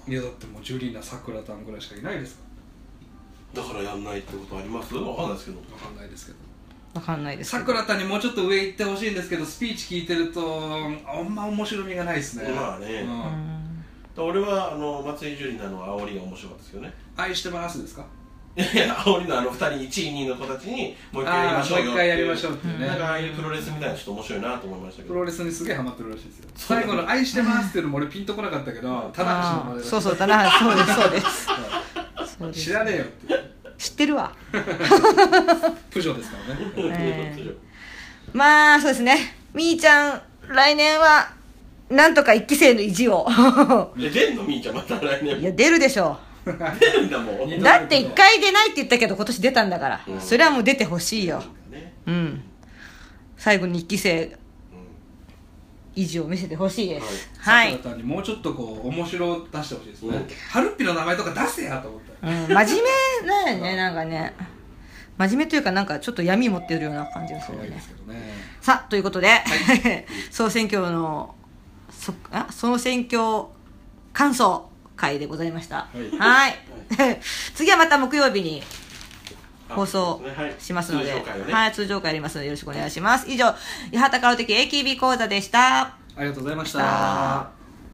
Speaker 2: いやだってもうジュリーナさくらたんぐらいしかいないですか
Speaker 3: だからやんないってことありますわかんないですけど
Speaker 2: らわかんないですけど
Speaker 1: わかんないですけ
Speaker 2: さ
Speaker 1: ど
Speaker 2: くらたんにもうちょっと上行ってほしいんですけどスピーチ聞いてるとあんま面白みがないですね
Speaker 3: まあね
Speaker 2: うん
Speaker 1: うん
Speaker 3: 俺はあの松井樹里奈の煽りが面白かったですけどね
Speaker 2: 愛してますですか
Speaker 3: いやいや煽りのあの2人1位2位の子たちにもう一回やり
Speaker 2: あ
Speaker 3: ま
Speaker 2: あ
Speaker 3: し
Speaker 2: ー
Speaker 3: ょう
Speaker 2: もう一
Speaker 3: よって
Speaker 2: 回
Speaker 3: い
Speaker 2: やりましょうっていうね
Speaker 3: なんかああいうプロレスみたいなのちょっと面白いなと思いましたけ
Speaker 2: プ
Speaker 3: ど
Speaker 2: ロレスにすげえハマってるらしいですよ
Speaker 3: そう
Speaker 2: 最後の「愛してます」っていうのも俺ピンとこなかったけど棚橋の
Speaker 1: あ
Speaker 2: ま
Speaker 1: ー
Speaker 2: で
Speaker 1: そうそう棚橋そうですそうですそうです
Speaker 2: 知らねえよっていう
Speaker 1: 知ってるわ
Speaker 2: プジョーですからね
Speaker 1: えーまあそうですねみーちゃん来年はなんとか一期生の意地を
Speaker 3: え出んのみーちゃんまた来
Speaker 1: い
Speaker 3: 年
Speaker 1: や出るでしょ
Speaker 3: 出るんだもん、
Speaker 1: う
Speaker 2: ね
Speaker 1: だって一回出ないって言ったけど今年出たんだから、
Speaker 3: うん
Speaker 1: それはもう出てほしいよ
Speaker 3: ね
Speaker 1: うん最後に一期生
Speaker 3: う
Speaker 1: 意地を見せてほしいですは
Speaker 2: さ
Speaker 1: い、
Speaker 2: くらたんにもうちょっとこう面白を出してほしいです
Speaker 3: うん
Speaker 2: ねハルッピの名前とか出せやと思った
Speaker 1: うん、真面目だよねなんかね真面目というかなんかちょっと闇持ってるような感じがする
Speaker 2: 可
Speaker 1: よ
Speaker 2: 愛いで
Speaker 1: ね
Speaker 2: すけどね
Speaker 1: さあということで、 総選挙のそあ総選挙感想会でございました
Speaker 2: はい
Speaker 1: はい 次はまた木曜日に
Speaker 3: ん
Speaker 1: 放送
Speaker 3: あそうですねはい
Speaker 1: しますので
Speaker 3: 通常会をね
Speaker 1: はい通常会やりますのでよろしくお願いします以上八幡薫的 AKB 講座でした
Speaker 2: ありがとうございまし
Speaker 1: さ
Speaker 2: た
Speaker 1: あ